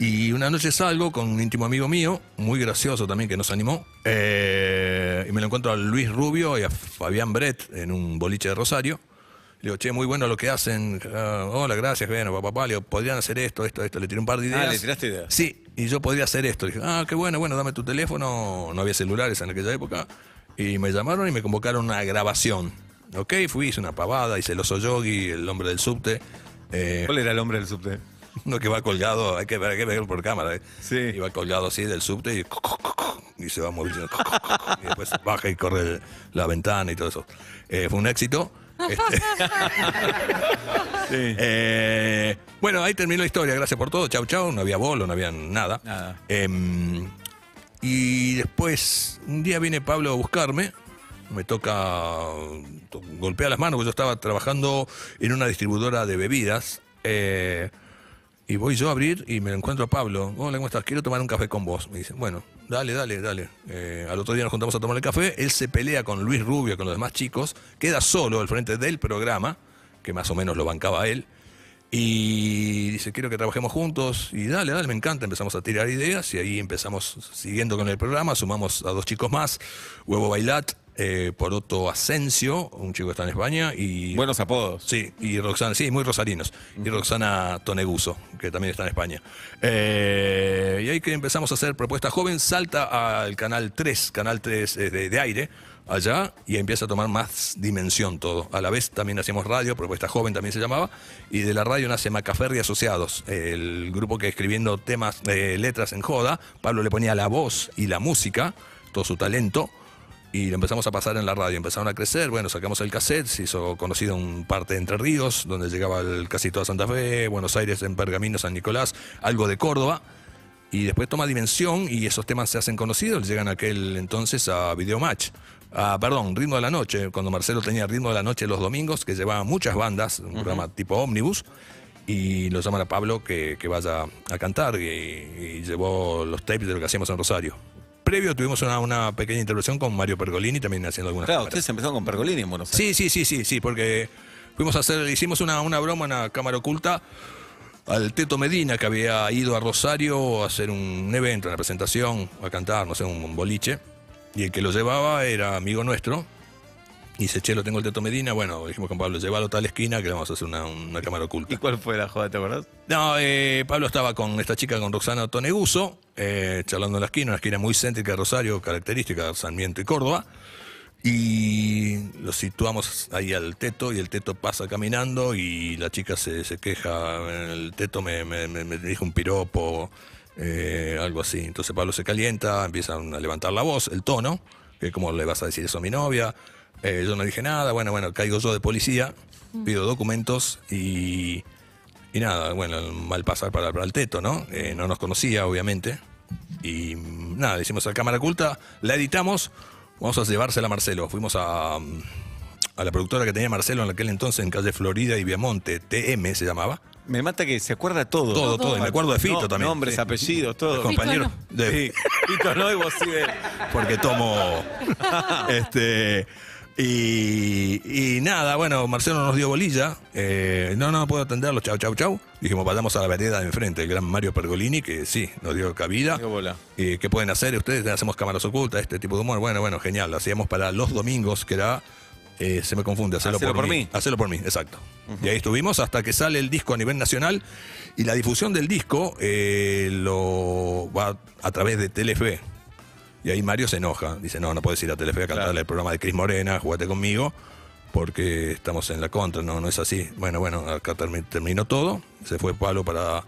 [SPEAKER 5] Y una noche salgo con un íntimo amigo mío, muy gracioso también, que nos animó, eh, y me lo encuentro a Luis Rubio y a Fabián Brett en un boliche de Rosario. Le digo, che, muy bueno lo que hacen. ah, hola, gracias, bueno, papá, papá. Le digo, podrían hacer esto, esto, esto. Le tiré un par de ideas.
[SPEAKER 3] Ah, le tiraste ideas.
[SPEAKER 5] Sí, y yo podría hacer esto. Le dije, ah, qué bueno, bueno, dame tu teléfono. No había celulares en aquella época. Y me llamaron y me convocaron a una grabación. Ok, fui, hice una pavada, hice el oso yogi, el hombre del subte. Eh,
[SPEAKER 3] ¿Cuál era el hombre del subte?
[SPEAKER 5] uno que va colgado, hay que ver, hay que verlo por cámara. eh.
[SPEAKER 3] Sí.
[SPEAKER 5] Y va colgado así del subte y, y se va moviendo. y después baja y corre el- la ventana y todo eso. Eh, fue un éxito. Este,
[SPEAKER 3] Sí.
[SPEAKER 5] eh, bueno, ahí terminó la historia. Gracias por todo. Chau, chau. No había bolo, no había nada.
[SPEAKER 3] Nada.
[SPEAKER 5] Em, y después, un día viene Pablo a buscarme. Me toca to- golpea las manos, porque yo estaba trabajando en una distribuidora de bebidas. Eh, y voy yo a abrir y me lo encuentro a Pablo. Hola, ¿cómo estás? Quiero tomar un café con vos. Me dice, bueno, dale, dale, dale. Eh, al otro día nos juntamos a tomar el café. Él se pelea con Luis Rubio, con los demás chicos. Queda solo al frente del programa, que más o menos lo bancaba él. Y dice, quiero que trabajemos juntos. Y dale, dale, me encanta. Empezamos a tirar ideas y ahí empezamos siguiendo con el programa. Sumamos a dos chicos más, Huevo Bailat, eh, Poroto Asensio, un chico que está en España, y
[SPEAKER 3] Buenos apodos.
[SPEAKER 5] Sí, y Roxana, sí, muy rosarinos. Y Roxana Toneguso, que también está en España. Eh, y ahí que empezamos a hacer Propuesta Joven, salta al Canal 3, Canal 3 eh, de, de aire, allá, y empieza a tomar más dimensión todo. A la vez también hacíamos radio, Propuesta Joven también se llamaba, y de la radio nace Macaferri Asociados, el grupo que escribiendo temas, eh, letras en joda, Pablo le ponía la voz y la música, todo su talento y lo empezamos a pasar en la radio. Empezaron a crecer, bueno, sacamos el cassette, se hizo conocido en parte de Entre Ríos, donde llegaba el, casi toda Santa Fe, Buenos Aires, en Pergamino, San Nicolás, algo de Córdoba. Y después toma dimensión y esos temas se hacen conocidos, llegan aquel entonces a Videomatch. Ah, perdón, Ritmo de la Noche, cuando Marcelo tenía Ritmo de la Noche los domingos, que llevaba muchas bandas, un programa tipo ómnibus, y lo llaman a Pablo que, que vaya a cantar y, y llevó los tapes de lo que hacíamos en Rosario. Previo tuvimos una, una pequeña intervención con Mario Pergolini también haciendo algunas
[SPEAKER 3] Claro,
[SPEAKER 5] cámaras.
[SPEAKER 3] ustedes empezaron con Pergolini en Buenos Aires.
[SPEAKER 5] Sí, sí, sí, sí, sí, porque fuimos a hacer, hicimos una, una broma, una cámara oculta al Teto Medina que había ido a Rosario a hacer un, un evento, una presentación, a cantar, no sé, un, un boliche. Y el que lo llevaba era amigo nuestro. Y dice, che, lo tengo el Teto Medina. Bueno, dijimos con Pablo, llévalo a tal esquina que le vamos a hacer una, una cámara oculta.
[SPEAKER 3] ¿Y cuál fue la joda, te acordás?
[SPEAKER 5] No, eh, Pablo estaba con esta chica, con Roxana Toneguso, eh, charlando en la esquina, una esquina muy céntrica de Rosario, característica de Sarmiento y Córdoba. Y lo situamos ahí al teto y el teto pasa caminando y la chica se, se queja, el teto me, me- me- me dijo un piropo, eh, algo así. Entonces Pablo se calienta, empiezan a levantar la voz, el tono, que como le vas a decir eso a mi novia. Eh, yo no dije nada, bueno, bueno, caigo yo de policía, pido documentos y y nada, bueno, el mal pasar para, para el teto, ¿no? Eh, no nos conocía, obviamente. Y mm, nada, le hicimos a cámara oculta, la editamos, vamos a llevársela a Marcelo. Fuimos a, mm, a la productora que tenía Marcelo en aquel entonces en calle Florida y Viamonte, TM se llamaba.
[SPEAKER 3] Me mata que se acuerda todo.
[SPEAKER 5] Todo, todo, y me acuerdo de Fito
[SPEAKER 3] No-
[SPEAKER 5] también.
[SPEAKER 3] Nombres,
[SPEAKER 5] Sí.
[SPEAKER 3] apellidos,
[SPEAKER 5] El
[SPEAKER 3] todo.
[SPEAKER 4] Fito
[SPEAKER 5] compañero de,
[SPEAKER 3] Sí, Fito no y vos sí de él.
[SPEAKER 5] porque tomo. este. Y, y nada, bueno, Marcelo nos dio bolilla. eh, no, no puedo atenderlo, chau, chau, chau. Dijimos, vayamos a la vereda de enfrente, el gran Mario Pergolini, que sí, nos dio cabida.
[SPEAKER 3] Qué bola.
[SPEAKER 5] Eh, ¿Qué pueden hacer ustedes? Hacemos cámaras ocultas, este tipo de humor. Bueno, bueno, genial. Lo hacíamos para los domingos, que era. eh, se me confunde, hacerlo
[SPEAKER 3] Hacelo
[SPEAKER 5] por,
[SPEAKER 3] por
[SPEAKER 5] mí.
[SPEAKER 3] mí.
[SPEAKER 5] Hacerlo por mí, exacto. Y ahí estuvimos hasta que sale el disco a nivel nacional y la difusión del disco eh, lo va a través de Telefe. Y ahí Mario se enoja. Dice, no, no puedes ir a Telefe a cantarle
[SPEAKER 3] Claro.
[SPEAKER 5] el programa de Cris Morena, jugate conmigo, porque estamos en la contra, no, no es así. Bueno, bueno, acá termi- terminó todo. Se fue Pablo para,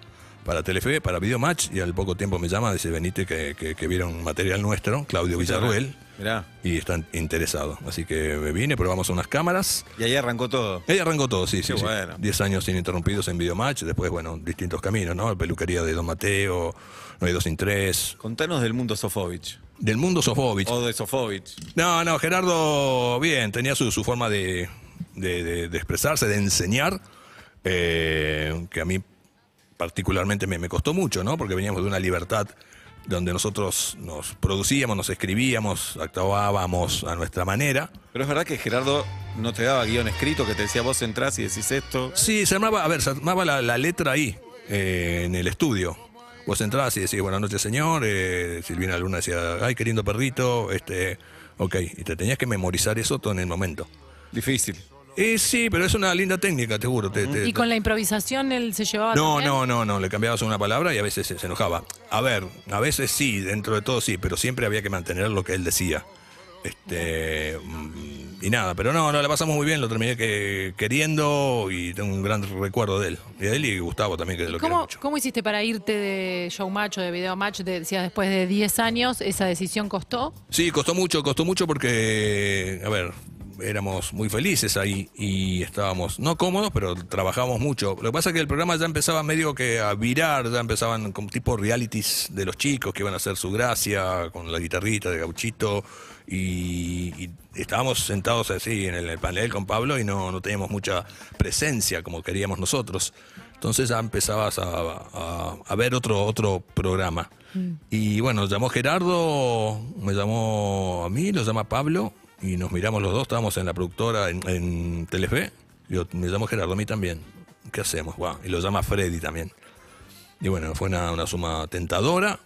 [SPEAKER 5] para Telefe, para Videomatch, y al poco tiempo me llama, dice, venite que, que, que vieron material nuestro, Claudio Villarruel,
[SPEAKER 3] Mirá,
[SPEAKER 5] y están interesados. Así que me vine, probamos unas cámaras.
[SPEAKER 3] y ahí arrancó todo.
[SPEAKER 5] Ahí arrancó todo, sí, sí.
[SPEAKER 3] Qué
[SPEAKER 5] sí.
[SPEAKER 3] bueno.
[SPEAKER 5] Diez años ininterrumpidos en Videomatch, después, bueno, distintos caminos, ¿no? Peluquería de Don Mateo, No hay dos sin tres,
[SPEAKER 3] Contanos del mundo Sofovich.
[SPEAKER 5] del mundo Sofovich.
[SPEAKER 3] O de Sofovich.
[SPEAKER 5] No, no, Gerardo, bien, tenía su, su forma de, de- de- de expresarse, de enseñar, eh, que a mí particularmente me, me costó mucho, ¿no? Porque veníamos de una libertad donde nosotros nos producíamos, nos escribíamos, actuábamos a nuestra manera.
[SPEAKER 3] Pero es verdad que Gerardo no te daba guión escrito, que te decía vos entrás y decís esto.
[SPEAKER 5] Sí, se armaba, a ver, se armaba la, la letra ahí, eh, en el estudio. Vos entrabas y decís, buenas noches, señor. eh, Silvina Luna decía, ay, qué lindo perrito. Este, ok, y te tenías que memorizar eso todo en el momento.
[SPEAKER 3] Difícil.
[SPEAKER 5] Eh, sí, pero es una linda técnica, te juro. te- te-
[SPEAKER 4] Y con la improvisación él se llevaba.
[SPEAKER 5] no,
[SPEAKER 4] también?
[SPEAKER 5] no, no, no, le cambiabas una palabra y a veces se se enojaba. A ver, a veces sí, dentro de todo sí, pero siempre había que mantener lo que él decía. Este, mm, y nada, pero no, no, la pasamos muy bien, lo terminé que- queriendo y tengo un gran recuerdo de él. Y de él y Gustavo también, que
[SPEAKER 4] ¿Y
[SPEAKER 5] lo quiero
[SPEAKER 4] ¿Cómo,
[SPEAKER 5] mucho.
[SPEAKER 4] ¿Cómo hiciste para irte de showmatch o de videomatch? De, decías después de 10 años, esa decisión costó.
[SPEAKER 5] Sí, costó mucho, costó mucho porque, a ver, éramos muy felices ahí y estábamos, no cómodos, pero trabajábamos mucho. Lo que pasa es que el programa ya empezaba medio que a virar, ya empezaban con tipo realities de los chicos que iban a hacer su gracia, con la guitarrita de gauchito. Y, y estábamos sentados así en el panel con Pablo y no, no teníamos mucha presencia como queríamos nosotros. Entonces ya empezabas a, a- a ver otro, otro programa. Y bueno, nos llamó Gerardo, me llamó a mí, lo llama Pablo, y nos miramos los dos, estábamos en la productora en, en Telefe. Yo, me llamó Gerardo, a mí también. ¿Qué hacemos? Guau, Y lo llama Freddy también. Y bueno, fue una, una suma tentadora.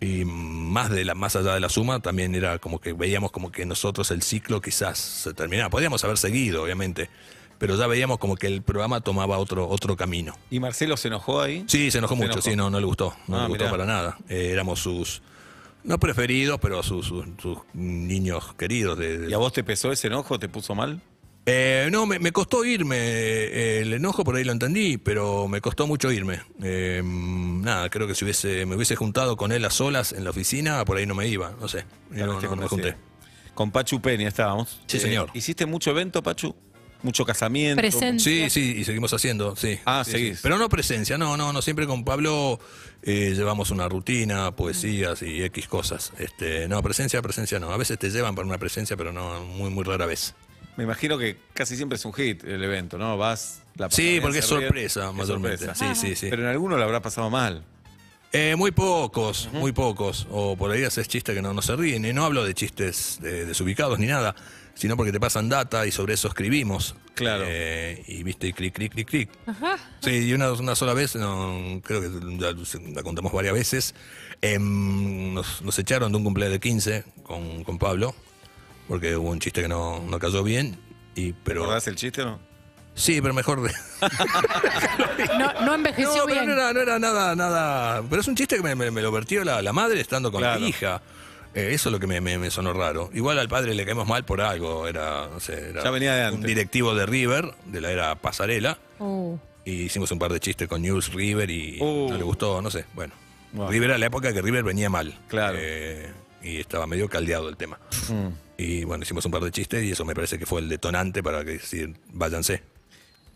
[SPEAKER 5] Y más, de la, más allá de la suma, también era como que veíamos como que nosotros el ciclo quizás se terminaba. Podíamos haber seguido, obviamente, pero ya veíamos como que el programa tomaba otro, otro camino.
[SPEAKER 3] ¿Y Marcelo se enojó ahí?
[SPEAKER 5] Sí, se enojó
[SPEAKER 3] Se
[SPEAKER 5] mucho,
[SPEAKER 3] enojó.
[SPEAKER 5] sí, no, no le gustó, no
[SPEAKER 3] Ah,
[SPEAKER 5] le gustó
[SPEAKER 3] mirá.
[SPEAKER 5] para nada. Eh, éramos sus, no preferidos, pero sus, sus, sus niños queridos. De, de-
[SPEAKER 3] ¿Y a vos te pesó ese enojo? ¿Te puso mal?
[SPEAKER 5] Eh, no, me, me costó irme, eh, el enojo por ahí lo entendí, pero me costó mucho irme. Eh, nada, creo que si hubiese, me hubiese juntado con él a solas en la oficina, por ahí no me iba, no sé, no,
[SPEAKER 3] Ahora
[SPEAKER 5] no,
[SPEAKER 3] te
[SPEAKER 5] no me
[SPEAKER 3] convencí.
[SPEAKER 5] junté.
[SPEAKER 3] Con Pachu Peña estábamos.
[SPEAKER 5] Sí, señor.
[SPEAKER 3] ¿Hiciste mucho evento, Pachu? mucho casamiento.
[SPEAKER 4] Presente.
[SPEAKER 5] Sí, sí, y seguimos haciendo, sí.
[SPEAKER 3] Ah,
[SPEAKER 5] Sí, sí.
[SPEAKER 3] seguís.
[SPEAKER 5] Pero no presencia, no, no, no. Siempre con Pablo eh, llevamos una rutina, poesías y X cosas. Este, no, presencia, presencia no. A veces te llevan para una presencia, pero no, muy, muy rara vez.
[SPEAKER 3] Me imagino que casi siempre es un hit el evento, ¿no? Vas, la pasás
[SPEAKER 5] Sí,
[SPEAKER 3] bien,
[SPEAKER 5] porque es
[SPEAKER 3] se ríen,
[SPEAKER 5] sorpresa,
[SPEAKER 3] es
[SPEAKER 5] mayormente.
[SPEAKER 3] sorpresa.
[SPEAKER 5] Sí, sí, sí.
[SPEAKER 3] Pero en alguno lo habrá pasado mal.
[SPEAKER 5] Eh, muy pocos, muy pocos. O por ahí haces chistes que no, no se ríen. Y no hablo de chistes eh, desubicados ni nada, sino porque te pasan data y sobre eso escribimos.
[SPEAKER 3] Claro.
[SPEAKER 5] Eh, y viste, y clic, clic, clic, clic. Sí, y una, una sola vez, no, creo que ya la contamos varias veces, em, nos, nos echaron de un cumpleaños de 15 con, con Pablo, porque hubo un chiste que no, no cayó bien. Y, pero,
[SPEAKER 3] ¿Recordás el chiste o no?
[SPEAKER 5] sí, pero mejor.
[SPEAKER 4] No, no envejeció
[SPEAKER 5] No, pero
[SPEAKER 4] bien.
[SPEAKER 5] no era, no era nada, nada. Pero es un chiste que me, me- me lo vertió la, la madre estando con
[SPEAKER 3] Claro.
[SPEAKER 5] la hija. Eh, eso es lo que me, me- me sonó raro. Igual al padre le caemos mal por algo. Era, no sé, era
[SPEAKER 3] Ya venía de
[SPEAKER 5] un
[SPEAKER 3] antes.
[SPEAKER 5] directivo de River, de la era pasarela.
[SPEAKER 4] Uh,
[SPEAKER 5] Y hicimos un par de chistes con News River y
[SPEAKER 3] Uh.
[SPEAKER 5] no le gustó, no sé. Bueno.
[SPEAKER 3] Bueno.
[SPEAKER 5] River era la época que River venía mal.
[SPEAKER 3] Claro. Mm.
[SPEAKER 5] Eh, y estaba medio caldeado el tema. Y bueno, hicimos un par de chistes y eso me parece que fue el detonante para que decir, váyanse.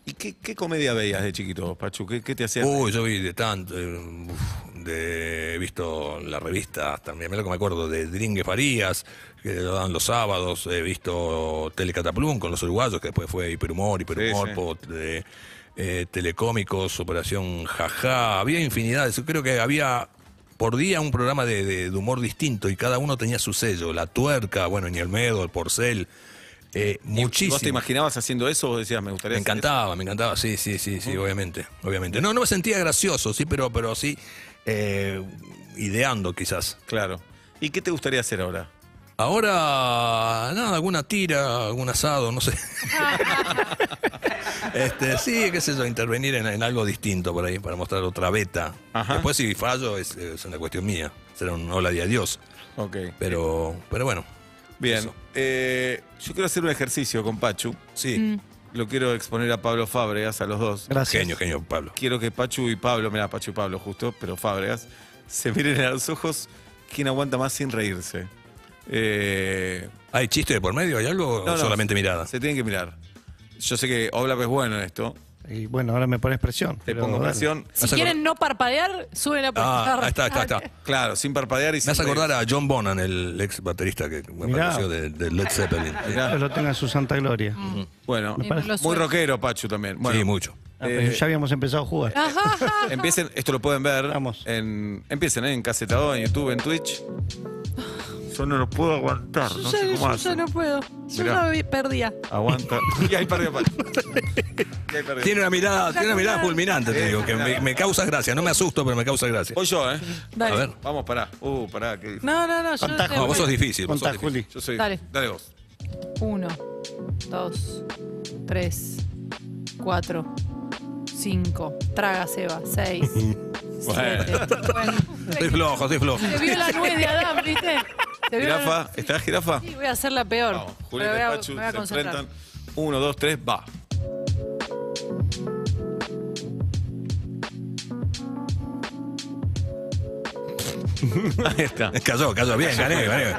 [SPEAKER 3] ¿Y qué, qué comedia veías de chiquito, vos, Pachu? ¿Qué, qué te hacía?
[SPEAKER 5] Uy, yo vi de tanto. eh, uf, de- he visto las revistas también, me lo que me acuerdo, de Dringue Farías, que lo dan los sábados. He visto Telecataplum con los uruguayos, que después fue Hiperhumor, Hiperhumor,
[SPEAKER 3] sí.
[SPEAKER 5] po- de, eh, Telecómicos, Operación Jaja. Había infinidad. de- Creo que había por día un programa de, de- de humor distinto y cada uno tenía su sello. La tuerca, bueno, Ñelmedo, el Porcel. Eh, muchísimo.
[SPEAKER 3] ¿Vos te imaginabas haciendo eso o decías, me gustaría
[SPEAKER 5] Me
[SPEAKER 3] hacer
[SPEAKER 5] encantaba, me encantaba, sí, sí, sí, sí, obviamente, obviamente. No, no me sentía gracioso, sí, pero, pero sí, eh, ideando quizás.
[SPEAKER 3] eso? Claro. ¿Y qué te gustaría hacer ahora?
[SPEAKER 5] Ahora, nada, alguna tira, algún asado, no sé. este, sí, qué sé yo, intervenir en, en algo distinto por ahí, para mostrar otra beta.
[SPEAKER 3] Ajá.
[SPEAKER 5] Después si fallo es, es una cuestión mía, será un hola de adiós.
[SPEAKER 3] Ok.
[SPEAKER 5] Pero, pero bueno,
[SPEAKER 3] Bien.
[SPEAKER 5] Eso.
[SPEAKER 3] Eh, yo quiero hacer un ejercicio con Pachu.
[SPEAKER 5] sí,
[SPEAKER 3] Lo quiero exponer a Pablo Fábregas, a los dos.
[SPEAKER 6] Gracias.
[SPEAKER 5] genio, genio, Pablo.
[SPEAKER 3] Quiero que Pachu y Pablo, mira, Pachu y Pablo justo, pero Fábregas, se miren a los ojos quién aguanta más sin reírse. Eh,
[SPEAKER 5] ¿Hay chiste de por medio? ¿Hay algo?
[SPEAKER 3] No,
[SPEAKER 5] o
[SPEAKER 3] no,
[SPEAKER 5] solamente mirada.
[SPEAKER 3] se tienen que mirar. Yo sé que Oblap es bueno en esto.
[SPEAKER 6] Y bueno, ahora me pones presión.
[SPEAKER 3] Te
[SPEAKER 6] pero
[SPEAKER 3] pongo
[SPEAKER 6] dale.
[SPEAKER 3] presión.
[SPEAKER 4] si
[SPEAKER 5] Vas a
[SPEAKER 4] quieren no parpadear, suben a
[SPEAKER 5] Ah,
[SPEAKER 4] parpadear.
[SPEAKER 5] ahí está, ahí está, ahí está.
[SPEAKER 3] Claro, sin parpadear y
[SPEAKER 5] Me
[SPEAKER 3] sin
[SPEAKER 5] hace acordar
[SPEAKER 3] reírse.
[SPEAKER 5] a John Bonham, el ex baterista que
[SPEAKER 6] Mirá.
[SPEAKER 5] apareció de, de Led Zeppelin. Sí.
[SPEAKER 3] Mirá.
[SPEAKER 6] Que lo tenga su santa gloria.
[SPEAKER 5] Mm.
[SPEAKER 3] Bueno,
[SPEAKER 4] Y no lo
[SPEAKER 3] muy
[SPEAKER 4] suelto.
[SPEAKER 3] rockero Pachu también. Bueno,
[SPEAKER 5] Sí, mucho.
[SPEAKER 6] Ah,
[SPEAKER 5] Eh,
[SPEAKER 6] pero ya habíamos empezado a jugar.
[SPEAKER 3] Empiecen, esto lo pueden ver.
[SPEAKER 6] Vamos.
[SPEAKER 3] En, empiecen ¿eh? en Casetado, en YouTube, en Twitch. Yo no lo puedo aguantar. No
[SPEAKER 4] Yo,
[SPEAKER 3] sé cómo
[SPEAKER 4] yo ya
[SPEAKER 3] hacen.
[SPEAKER 4] no puedo. Yo
[SPEAKER 3] Mirá.
[SPEAKER 4] no vi- perdía.
[SPEAKER 3] Aguanta. y ahí perdió Pachu. Y ahí perdió.
[SPEAKER 5] Tiene una mirada, tiene una mirada fulminante, te digo, que me, me causa gracia. No me asusto, pero me causa gracia.
[SPEAKER 3] Voy yo, ¿eh?
[SPEAKER 4] Dale.
[SPEAKER 5] A ver.
[SPEAKER 3] Vamos, pará. Uh, pará. que-
[SPEAKER 4] No, no, no. Yo no
[SPEAKER 5] No, vos sos difícil. vos sos
[SPEAKER 6] Contá,
[SPEAKER 5] difícil.
[SPEAKER 6] Juli.
[SPEAKER 3] Yo soy.
[SPEAKER 4] Dale.
[SPEAKER 3] Dale vos.
[SPEAKER 4] Uno, dos, tres, cuatro, cinco. Traga, Seba. Seis. siete. Bueno.
[SPEAKER 5] Soy flojo, soy flojo.
[SPEAKER 4] Se vio la nuez de Adán, ¿viste? Se vio la-
[SPEAKER 3] Jirafa. ¿Está la jirafa?
[SPEAKER 4] Sí, voy a hacer la peor.
[SPEAKER 3] Vamos.
[SPEAKER 4] Pero
[SPEAKER 3] Julieta
[SPEAKER 4] voy
[SPEAKER 3] y
[SPEAKER 4] a-
[SPEAKER 3] Pachu
[SPEAKER 4] me voy a
[SPEAKER 3] se
[SPEAKER 4] concentrar.
[SPEAKER 3] enfrentan. Uno, dos, tres, va. Ahí está.
[SPEAKER 5] Cayó, cayó. Bien, gané, gané.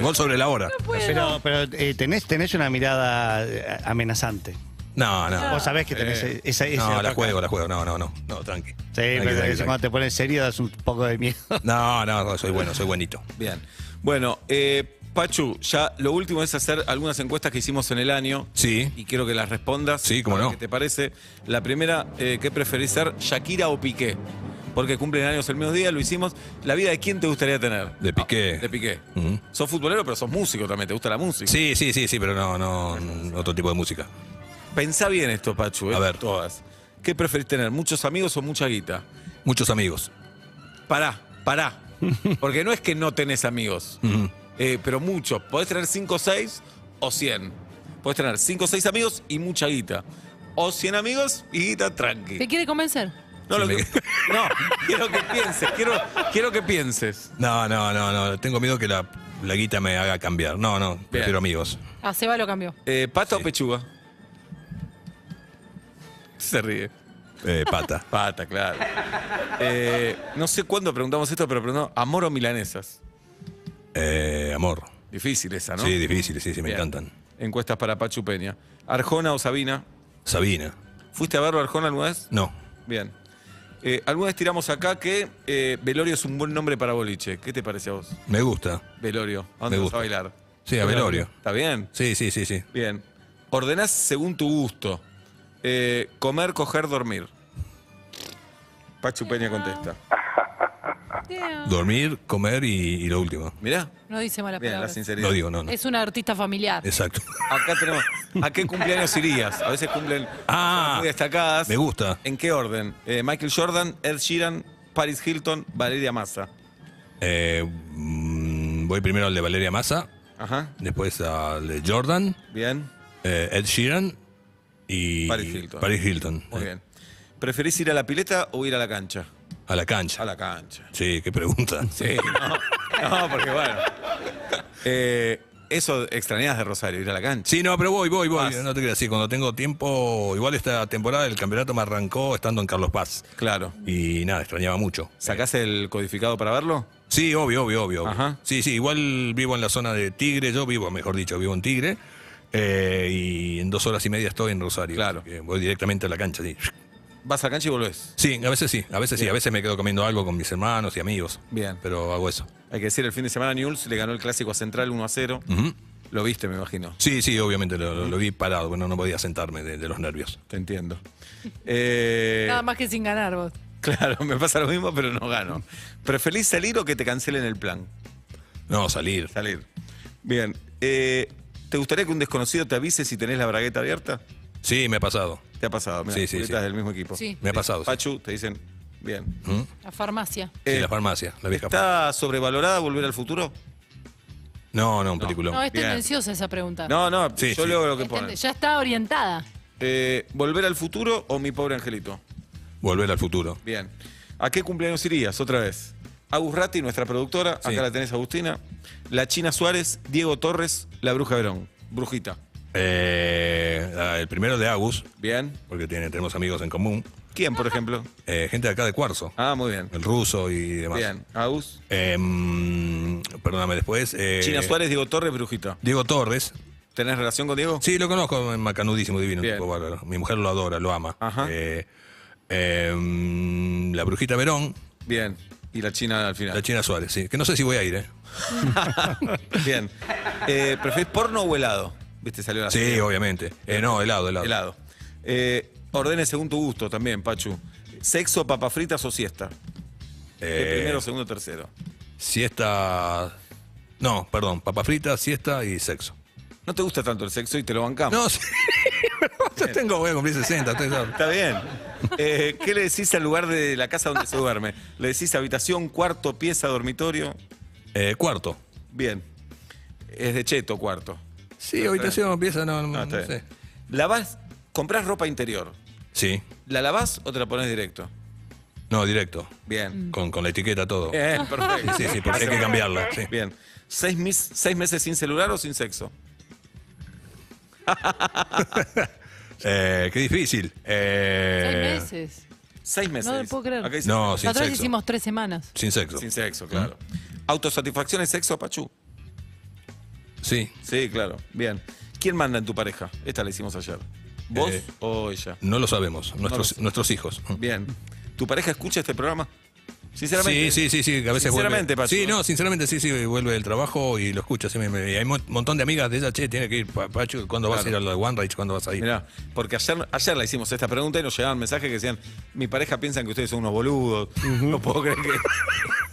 [SPEAKER 5] Gol sobre la hora.
[SPEAKER 6] Pero, pero eh, tenés, tenés una mirada eh, amenazante.
[SPEAKER 5] No, no.
[SPEAKER 6] Vos sabés que tenés
[SPEAKER 3] Eh.
[SPEAKER 6] esa, esa
[SPEAKER 5] No,
[SPEAKER 6] otra
[SPEAKER 5] la juego, la juego. No, no, no. No, tranqui.
[SPEAKER 6] cara. Sí,
[SPEAKER 5] Tranqui,
[SPEAKER 6] pero
[SPEAKER 5] tranqui,
[SPEAKER 6] a veces cuando
[SPEAKER 5] tranqui.
[SPEAKER 6] te pones serio das un poco de miedo.
[SPEAKER 5] No, no, no, soy bueno, soy buenito.
[SPEAKER 3] Bien. Bueno, eh, Pachu, ya lo último es hacer algunas encuestas que hicimos en el año.
[SPEAKER 5] Sí.
[SPEAKER 3] Y quiero que las respondas.
[SPEAKER 5] Sí, cómo
[SPEAKER 3] a ver
[SPEAKER 5] no.
[SPEAKER 3] ¿Qué te parece? La primera, eh, ¿qué preferís ser, Shakira o Piqué? Porque cumplen años el mismo día, lo hicimos. ¿La vida de quién te gustaría tener? Ah,
[SPEAKER 5] De Piqué.
[SPEAKER 3] De Piqué.
[SPEAKER 5] Ujú.
[SPEAKER 3] Sos futbolero, pero sos músico también, te gusta la música.
[SPEAKER 5] Mm. Sí, sí, sí, sí, pero no, no. Otro tipo de música.
[SPEAKER 3] Pensá bien esto, Pachu. ¿eh?
[SPEAKER 5] A ver.
[SPEAKER 3] Todas. ¿Qué preferís tener? ¿Muchos amigos o mucha guita?
[SPEAKER 5] Muchos amigos.
[SPEAKER 3] Pará, pará. Porque no es que no tenés amigos,
[SPEAKER 5] Ujú.
[SPEAKER 3] eh, pero muchos. Podés tener 5, 6 o 100. Podés tener 5 o 6 amigos y mucha guita. O 100 amigos y guita tranqui.
[SPEAKER 4] ¿Te quiere convencer?
[SPEAKER 3] No, lo
[SPEAKER 5] Sí,
[SPEAKER 3] que- no, quiero que pienses, quiero, quiero que pienses.
[SPEAKER 5] No, no, no, no. Tengo miedo que la, la guita me haga cambiar. No, no. Prefiero amigos.
[SPEAKER 4] A Ah, Seba lo cambió.
[SPEAKER 3] Eh, ¿Pata o pechuga? Se ríe.
[SPEAKER 5] Eh, pata.
[SPEAKER 3] Pata, claro. Eh, no sé cuándo preguntamos esto, pero preguntamos, ¿amor o milanesas?
[SPEAKER 5] Eh, amor.
[SPEAKER 3] Difícil esa, ¿no?
[SPEAKER 5] Sí, difícil, sí, sí, me
[SPEAKER 3] Bien.
[SPEAKER 5] encantan.
[SPEAKER 3] encuestas para Pachu Peña. Arjona o Sabina.
[SPEAKER 5] Sabina.
[SPEAKER 3] ¿Fuiste a verlo Arjona alguna vez?
[SPEAKER 5] No.
[SPEAKER 3] Bien. Eh, alguna vez tiramos acá que eh, Velorio es un buen nombre para boliche. ¿Qué te parece a vos?
[SPEAKER 5] Me gusta.
[SPEAKER 3] Velorio. ¿A
[SPEAKER 5] Me
[SPEAKER 3] dónde vas
[SPEAKER 5] gusta.
[SPEAKER 3] a bailar?
[SPEAKER 5] Sí, a velorio.
[SPEAKER 3] ¿Está bien?
[SPEAKER 5] Sí, sí, sí, sí.
[SPEAKER 3] Bien. Ordenás según tu gusto. Eh, comer, coger, dormir. Pachu Peña contesta.
[SPEAKER 5] Dormir, comer y, y lo último.
[SPEAKER 3] Mirá.
[SPEAKER 4] No dice malas
[SPEAKER 3] Bien, la
[SPEAKER 4] palabras.
[SPEAKER 3] sinceridad.
[SPEAKER 5] No digo, no, no.
[SPEAKER 4] Es una artista familiar.
[SPEAKER 5] Exacto.
[SPEAKER 3] Acá tenemos. ¿A qué cumpleaños irías? A veces cumplen personas
[SPEAKER 5] Ah,
[SPEAKER 3] muy destacadas.
[SPEAKER 5] Me gusta.
[SPEAKER 3] ¿En qué orden? Eh, Michael Jordan, Ed Sheeran, Paris Hilton, Valeria Massa.
[SPEAKER 5] Eh, mm, voy primero al de Valeria Massa,
[SPEAKER 3] Ajá.
[SPEAKER 5] después al de Jordan,
[SPEAKER 3] Bien.
[SPEAKER 5] eh, Ed Sheeran y
[SPEAKER 3] Paris Hilton.
[SPEAKER 5] Paris Hilton,
[SPEAKER 3] Muy
[SPEAKER 5] eh,
[SPEAKER 3] bien. ¿Preferís ir a la pileta o ir a la cancha?
[SPEAKER 5] A la cancha.
[SPEAKER 3] A la cancha.
[SPEAKER 5] Sí, qué pregunta.
[SPEAKER 3] Sí, no. No, porque bueno. Eh, eso extrañás de Rosario, ir a la cancha.
[SPEAKER 5] Sí, no, pero voy, voy, voy.
[SPEAKER 3] Vas.
[SPEAKER 5] No te creas, sí, cuando tengo tiempo, igual esta temporada el campeonato me arrancó estando en Carlos Paz.
[SPEAKER 3] Claro.
[SPEAKER 5] Y nada, extrañaba mucho.
[SPEAKER 3] ¿Sacás el codificado para verlo?
[SPEAKER 5] Sí, obvio, obvio, obvio. obvio.
[SPEAKER 3] Ajá.
[SPEAKER 5] Sí, sí, igual vivo en la zona de Tigre, yo vivo, mejor dicho, vivo en Tigre. eh, y en dos horas y media estoy en Rosario.
[SPEAKER 3] Claro.
[SPEAKER 5] así que voy directamente a la cancha, sí.
[SPEAKER 3] Vas a la cancha y volvés.
[SPEAKER 5] Sí, a veces sí, a veces sí, a veces me quedo comiendo algo con mis hermanos y amigos.
[SPEAKER 3] Bien.
[SPEAKER 5] Pero hago eso.
[SPEAKER 3] Hay que decir, el fin de semana News le ganó el clásico a Central 1 a 0.
[SPEAKER 5] Ujú.
[SPEAKER 3] Lo viste, me imagino.
[SPEAKER 5] Sí, sí, obviamente lo, lo- lo vi parado, bueno, no podía sentarme de, de los nervios.
[SPEAKER 3] Te entiendo. Eh,
[SPEAKER 4] Nada más que sin ganar vos.
[SPEAKER 3] Claro, me pasa lo mismo, pero no gano. ¿Preferís salir o que te cancelen el plan?
[SPEAKER 5] No, salir.
[SPEAKER 3] Salir. Bien. eh, ¿Te gustaría que un desconocido te avise si tenés la bragueta abierta?
[SPEAKER 5] Sí, me ha pasado.
[SPEAKER 3] Te ha pasado, mirá,
[SPEAKER 5] Sí, sí,
[SPEAKER 3] Julieta
[SPEAKER 5] sí.
[SPEAKER 3] es del mismo equipo.
[SPEAKER 4] Sí.
[SPEAKER 5] Me ha pasado. sí.
[SPEAKER 3] Pachu, te dicen, bien.
[SPEAKER 5] Ujú.
[SPEAKER 4] La farmacia.
[SPEAKER 5] Sí,
[SPEAKER 3] Eh,
[SPEAKER 5] la farmacia, la vieja farmacia.
[SPEAKER 3] ¿Está sobrevalorada volver al futuro?
[SPEAKER 5] No, no, un película.
[SPEAKER 4] No, es
[SPEAKER 3] Bien.
[SPEAKER 4] tendenciosa esa pregunta.
[SPEAKER 3] No, no,
[SPEAKER 5] Sí,
[SPEAKER 3] yo
[SPEAKER 5] sí.
[SPEAKER 3] leo lo que
[SPEAKER 4] Es
[SPEAKER 3] ponen.
[SPEAKER 4] tende- Ya está orientada.
[SPEAKER 3] Eh, ¿Volver al futuro o mi pobre angelito?
[SPEAKER 5] Volver al futuro.
[SPEAKER 3] Bien. ¿A qué cumpleaños irías otra vez? Agus Ratti, nuestra productora,
[SPEAKER 5] Sí.
[SPEAKER 3] acá la tenés Agustina. La China Suárez, Diego Torres, la Bruja Verón. Brujita.
[SPEAKER 5] Eh, ah, el primero de Agus,
[SPEAKER 3] Bien.
[SPEAKER 5] porque tiene- tenemos amigos en común.
[SPEAKER 3] ¿Quién, por ejemplo?
[SPEAKER 5] Eh, gente de acá de Cuarzo,
[SPEAKER 3] Ah, muy bien.
[SPEAKER 5] el ruso y demás.
[SPEAKER 3] Bien. Agus.
[SPEAKER 5] Eh, mm, perdóname después. eh,
[SPEAKER 3] China Suárez, Diego Torres, Brujita.
[SPEAKER 5] Diego Torres.
[SPEAKER 3] ¿Tenés relación con Diego?
[SPEAKER 5] Sí, lo conozco, es macanudísimo, divino, un
[SPEAKER 3] Bien.
[SPEAKER 5] tipo bárbaro. Mi mujer lo adora, lo ama.
[SPEAKER 3] Ajá.
[SPEAKER 5] Eh, eh, mm, la Brujita Verón,
[SPEAKER 3] Bien. Y la China al final.
[SPEAKER 5] la China Suárez, sí. Que no sé si voy a ir, ¿eh?
[SPEAKER 3] Bien. Eh, ¿Preferís porno o helado? Viste, salió la
[SPEAKER 5] Sí, obviamente. Eh, no, helado, helado.
[SPEAKER 3] helado. Eh, ordene según tu gusto también, Pachu. ¿Sexo, papas fritas o siesta? El
[SPEAKER 5] Eh,
[SPEAKER 3] primero, segundo, tercero.
[SPEAKER 5] Siesta. No, perdón, papa frita, siesta y sexo.
[SPEAKER 3] No te gusta tanto el sexo y te lo bancamos.
[SPEAKER 5] No, sí. Yo tengo, voy a cumplir 60. estoy-
[SPEAKER 3] Está bien. Eh, ¿Qué le decís al lugar de la casa donde se duerme? ¿Le decís habitación, cuarto, pieza, dormitorio?
[SPEAKER 5] Eh, cuarto.
[SPEAKER 3] Bien. Es de cheto, cuarto.
[SPEAKER 5] Sí, habitación, empieza, no, no,
[SPEAKER 3] No, Ah, está
[SPEAKER 5] no
[SPEAKER 3] bien.
[SPEAKER 5] sé.
[SPEAKER 3] Lavás, comprás ropa interior.
[SPEAKER 5] Sí,
[SPEAKER 3] ¿La lavás o te la pones directo?
[SPEAKER 5] no, directo.
[SPEAKER 3] Bien.
[SPEAKER 5] Con, con la etiqueta todo.
[SPEAKER 3] Bien, perfecto.
[SPEAKER 5] Mm. Sí, sí, porque hay que cambiarla. sí.
[SPEAKER 3] Eh. Bien. ¿Seis, mis- seis meses sin celular o sin sexo?
[SPEAKER 5] Eh, qué difícil. Eh,
[SPEAKER 4] Seis meses.
[SPEAKER 3] Seis meses.
[SPEAKER 4] No lo puedo creer.
[SPEAKER 3] Acá dice
[SPEAKER 5] No,
[SPEAKER 3] seis
[SPEAKER 5] sin
[SPEAKER 4] La otra vez
[SPEAKER 5] sexo.
[SPEAKER 4] hicimos tres semanas.
[SPEAKER 5] Sin sexo. Mm.
[SPEAKER 3] meses. sin sexo, claro. ¿Autosatisfacción es sexo, Pachu?
[SPEAKER 5] Sí.
[SPEAKER 3] Sí, claro. Bien. ¿Quién manda en tu pareja? Esta la hicimos ayer. ¿Vos
[SPEAKER 5] Eh.
[SPEAKER 3] o ella?
[SPEAKER 5] No lo sabemos. Nuestros, nuestros hijos. Mm.
[SPEAKER 3] Bien. ¿Tu pareja escucha este programa? Sinceramente.
[SPEAKER 5] Sí, sí, sí, sí, que a veces
[SPEAKER 3] Sinceramente,
[SPEAKER 5] vuelve.
[SPEAKER 3] Pachu,
[SPEAKER 5] Sí,
[SPEAKER 3] ¿no?
[SPEAKER 5] no, sinceramente sí, sí, vuelve del trabajo y lo escucha. sí, me- me- y hay un montón de amigas de ella, che, tiene que ir, pa- Pachu, ¿cuándo vas a ir
[SPEAKER 3] Claro.
[SPEAKER 5] a lo de One Rage? ¿Cuándo vas a ir?
[SPEAKER 3] Mirá, porque ayer, ayer la hicimos esta pregunta y nos llegaban mensajes que decían, mi pareja piensa que ustedes son unos boludos, no puedo creer que,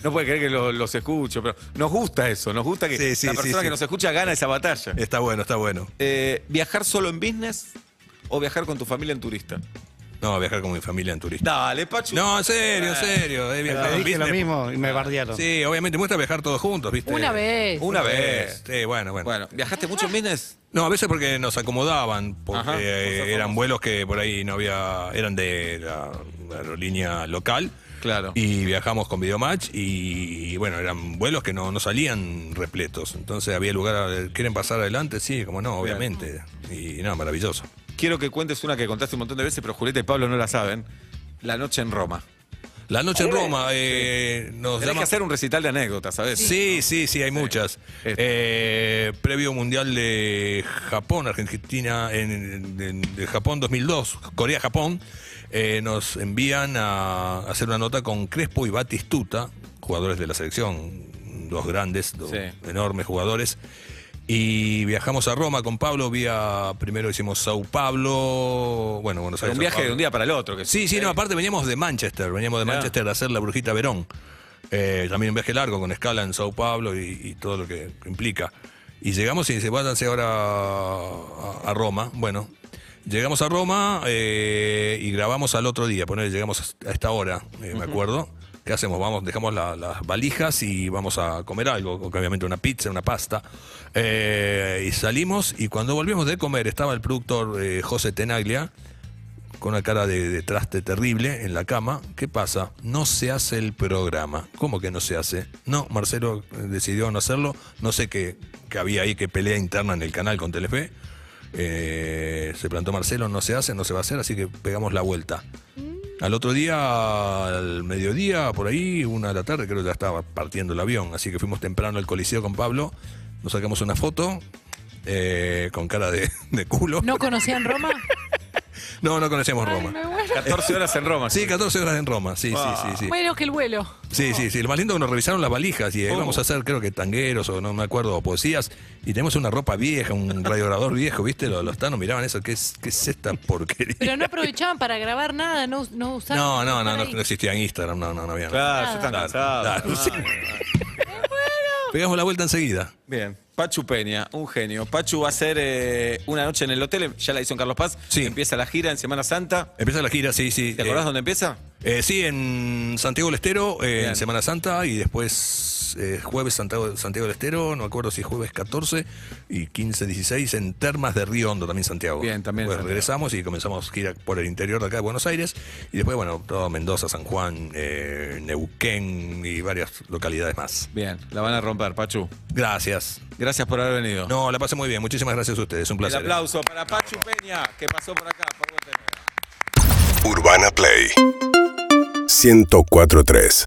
[SPEAKER 3] no puede creer que lo- los escucho, pero nos gusta eso, nos gusta que
[SPEAKER 5] Sí, sí,
[SPEAKER 3] la
[SPEAKER 5] sí,
[SPEAKER 3] persona
[SPEAKER 5] sí.
[SPEAKER 3] que nos escucha gana esa batalla.
[SPEAKER 5] Está bueno, está bueno.
[SPEAKER 3] Eh, ¿Viajar solo en business o viajar con tu familia en turista?
[SPEAKER 5] No, viajar con mi familia en turista.
[SPEAKER 3] Dale, Pachu.
[SPEAKER 5] No, en serio, en serio. he viajado
[SPEAKER 6] Le
[SPEAKER 5] en
[SPEAKER 6] dije lo
[SPEAKER 5] business.
[SPEAKER 6] mismo y me bardearon.
[SPEAKER 5] Sí, obviamente, muestra viajar todos juntos, ¿viste?
[SPEAKER 4] Una vez.
[SPEAKER 3] Eh, Una vez.
[SPEAKER 5] Sí, bueno, bueno.
[SPEAKER 3] Bueno, ¿viajaste mucho en business?
[SPEAKER 5] No, a veces porque nos acomodaban, porque
[SPEAKER 3] Ajá,
[SPEAKER 5] eh,
[SPEAKER 3] cosas famosas.
[SPEAKER 5] eran vuelos que por ahí no había, eran de la aerolínea local.
[SPEAKER 3] Claro.
[SPEAKER 5] Y viajamos con Videomatch y, y bueno, eran vuelos que no, no salían repletos. Entonces había lugar, a- eh, ¿quieren pasar adelante? Sí, como no,
[SPEAKER 3] Bien.
[SPEAKER 5] obviamente. Y no, maravilloso.
[SPEAKER 3] Quiero que cuentes una que contaste un montón de veces, pero Julieta y Pablo no la saben. La noche en Roma.
[SPEAKER 5] La noche en Roma, eh, nos
[SPEAKER 3] Tenés
[SPEAKER 5] llama-
[SPEAKER 3] que hacer un recital de anécdotas, ¿sabes?
[SPEAKER 5] Sí, sí, sí, hay muchas.
[SPEAKER 3] Este.
[SPEAKER 5] Eh, previo Mundial de Japón, Argentina, en, en- de Japón 2002, Corea-Japón, eh, nos envían a hacer una nota con Crespo y Batistuta, jugadores de la selección, dos grandes, dos
[SPEAKER 3] Sí.
[SPEAKER 5] enormes jugadores. Y viajamos a Roma con Pablo, vía, primero hicimos Sao Paulo, bueno, Buenos
[SPEAKER 3] Pero un
[SPEAKER 5] Aires. Sao
[SPEAKER 3] viaje de
[SPEAKER 5] Paulo.
[SPEAKER 3] un día para el otro. Que eh,
[SPEAKER 5] Sí, sí, no, aparte veníamos de Manchester, veníamos de
[SPEAKER 3] Claro.
[SPEAKER 5] Manchester a hacer la Brujita Verón. Eh, también un viaje largo con escala en Sao Paulo y, y todo lo que implica. Y llegamos y dice, váyanse ahora a, a Roma. Bueno, llegamos a Roma eh, y grabamos al otro día, ponele, llegamos a esta hora, eh, me acuerdo. ¿Qué hacemos? Vamos, dejamos la- las valijas y vamos a comer algo, obviamente una pizza, una pasta. Eh, y salimos y cuando volvimos de comer estaba el productor eh, José Tenaglia con una cara de, de traste terrible en la cama. ¿Qué pasa? No se hace el programa. ¿Cómo que no se hace? No, Marcelo eh, decidió no hacerlo. No sé qué, qué había ahí, qué pelea interna en el canal con Telefe. Eh, se plantó Marcelo, no se hace, no se va a hacer, así que pegamos la vuelta.
[SPEAKER 4] Mm.
[SPEAKER 5] Al otro día, al mediodía, por ahí, una de la tarde, creo que ya estaba partiendo el avión, así que fuimos temprano al coliseo con Pablo, nos sacamos una foto eh, con cara de, de culo.
[SPEAKER 4] ¿No conocían Roma?
[SPEAKER 5] No, no conocemos
[SPEAKER 4] Ay,
[SPEAKER 5] Roma.
[SPEAKER 4] me muero.
[SPEAKER 3] 14 horas en Roma.
[SPEAKER 5] Sí, 14 horas en Roma, sí, sí, sí, sí.
[SPEAKER 4] Menos que el vuelo.
[SPEAKER 5] Sí, sí, sí. Lo más lindo es que nos revisaron las valijas y ahí
[SPEAKER 4] Oh.
[SPEAKER 5] vamos a hacer, creo que tangueros o no me acuerdo, o poesías. Y tenemos una ropa vieja, un radiorador viejo, ¿viste? Los, los tanos miraban eso, ¿qué es, qué es esta porquería?
[SPEAKER 4] Pero no aprovechaban para grabar nada, no, us- no usaban.
[SPEAKER 5] no, no, no, no,
[SPEAKER 4] para
[SPEAKER 5] no
[SPEAKER 4] ahí.
[SPEAKER 5] existía en Instagram, no, no, no había. nada.
[SPEAKER 3] Claro, ya están
[SPEAKER 5] Claro,
[SPEAKER 3] cansados.
[SPEAKER 5] claro, sí. Pegamos la vuelta enseguida.
[SPEAKER 3] Bien, Pachu Peña, un genio. Pachu va a hacer eh, una noche en el hotel, ya la hizo en Carlos Paz.
[SPEAKER 5] Sí.
[SPEAKER 3] Empieza la gira en Semana Santa.
[SPEAKER 5] Empieza la gira, sí, sí.
[SPEAKER 3] ¿Te
[SPEAKER 5] eh,
[SPEAKER 3] acordás dónde empieza?
[SPEAKER 5] Eh, sí, en Santiago del Estero, eh,
[SPEAKER 3] Bien.
[SPEAKER 5] en Semana Santa, y después eh, jueves Santiago, Santiago del Estero, no acuerdo si jueves 14 y 15, 16, en Termas de Río Hondo, también Santiago.
[SPEAKER 3] Bien, también
[SPEAKER 5] Después
[SPEAKER 3] Santiago.
[SPEAKER 5] regresamos y comenzamos gira por el interior de acá de Buenos Aires, y después, bueno, todo Mendoza, San Juan, eh, Neuquén y varias localidades más.
[SPEAKER 3] Bien, la van a romper, Pachu.
[SPEAKER 5] Gracias.
[SPEAKER 3] Gracias por haber venido.
[SPEAKER 5] No, la pasé muy bien. Muchísimas gracias a ustedes. Un
[SPEAKER 3] El
[SPEAKER 5] placer.
[SPEAKER 3] aplauso para Pachu Peña, que pasó por acá. Por Vuelta de Media.
[SPEAKER 7] Urbana Play 1043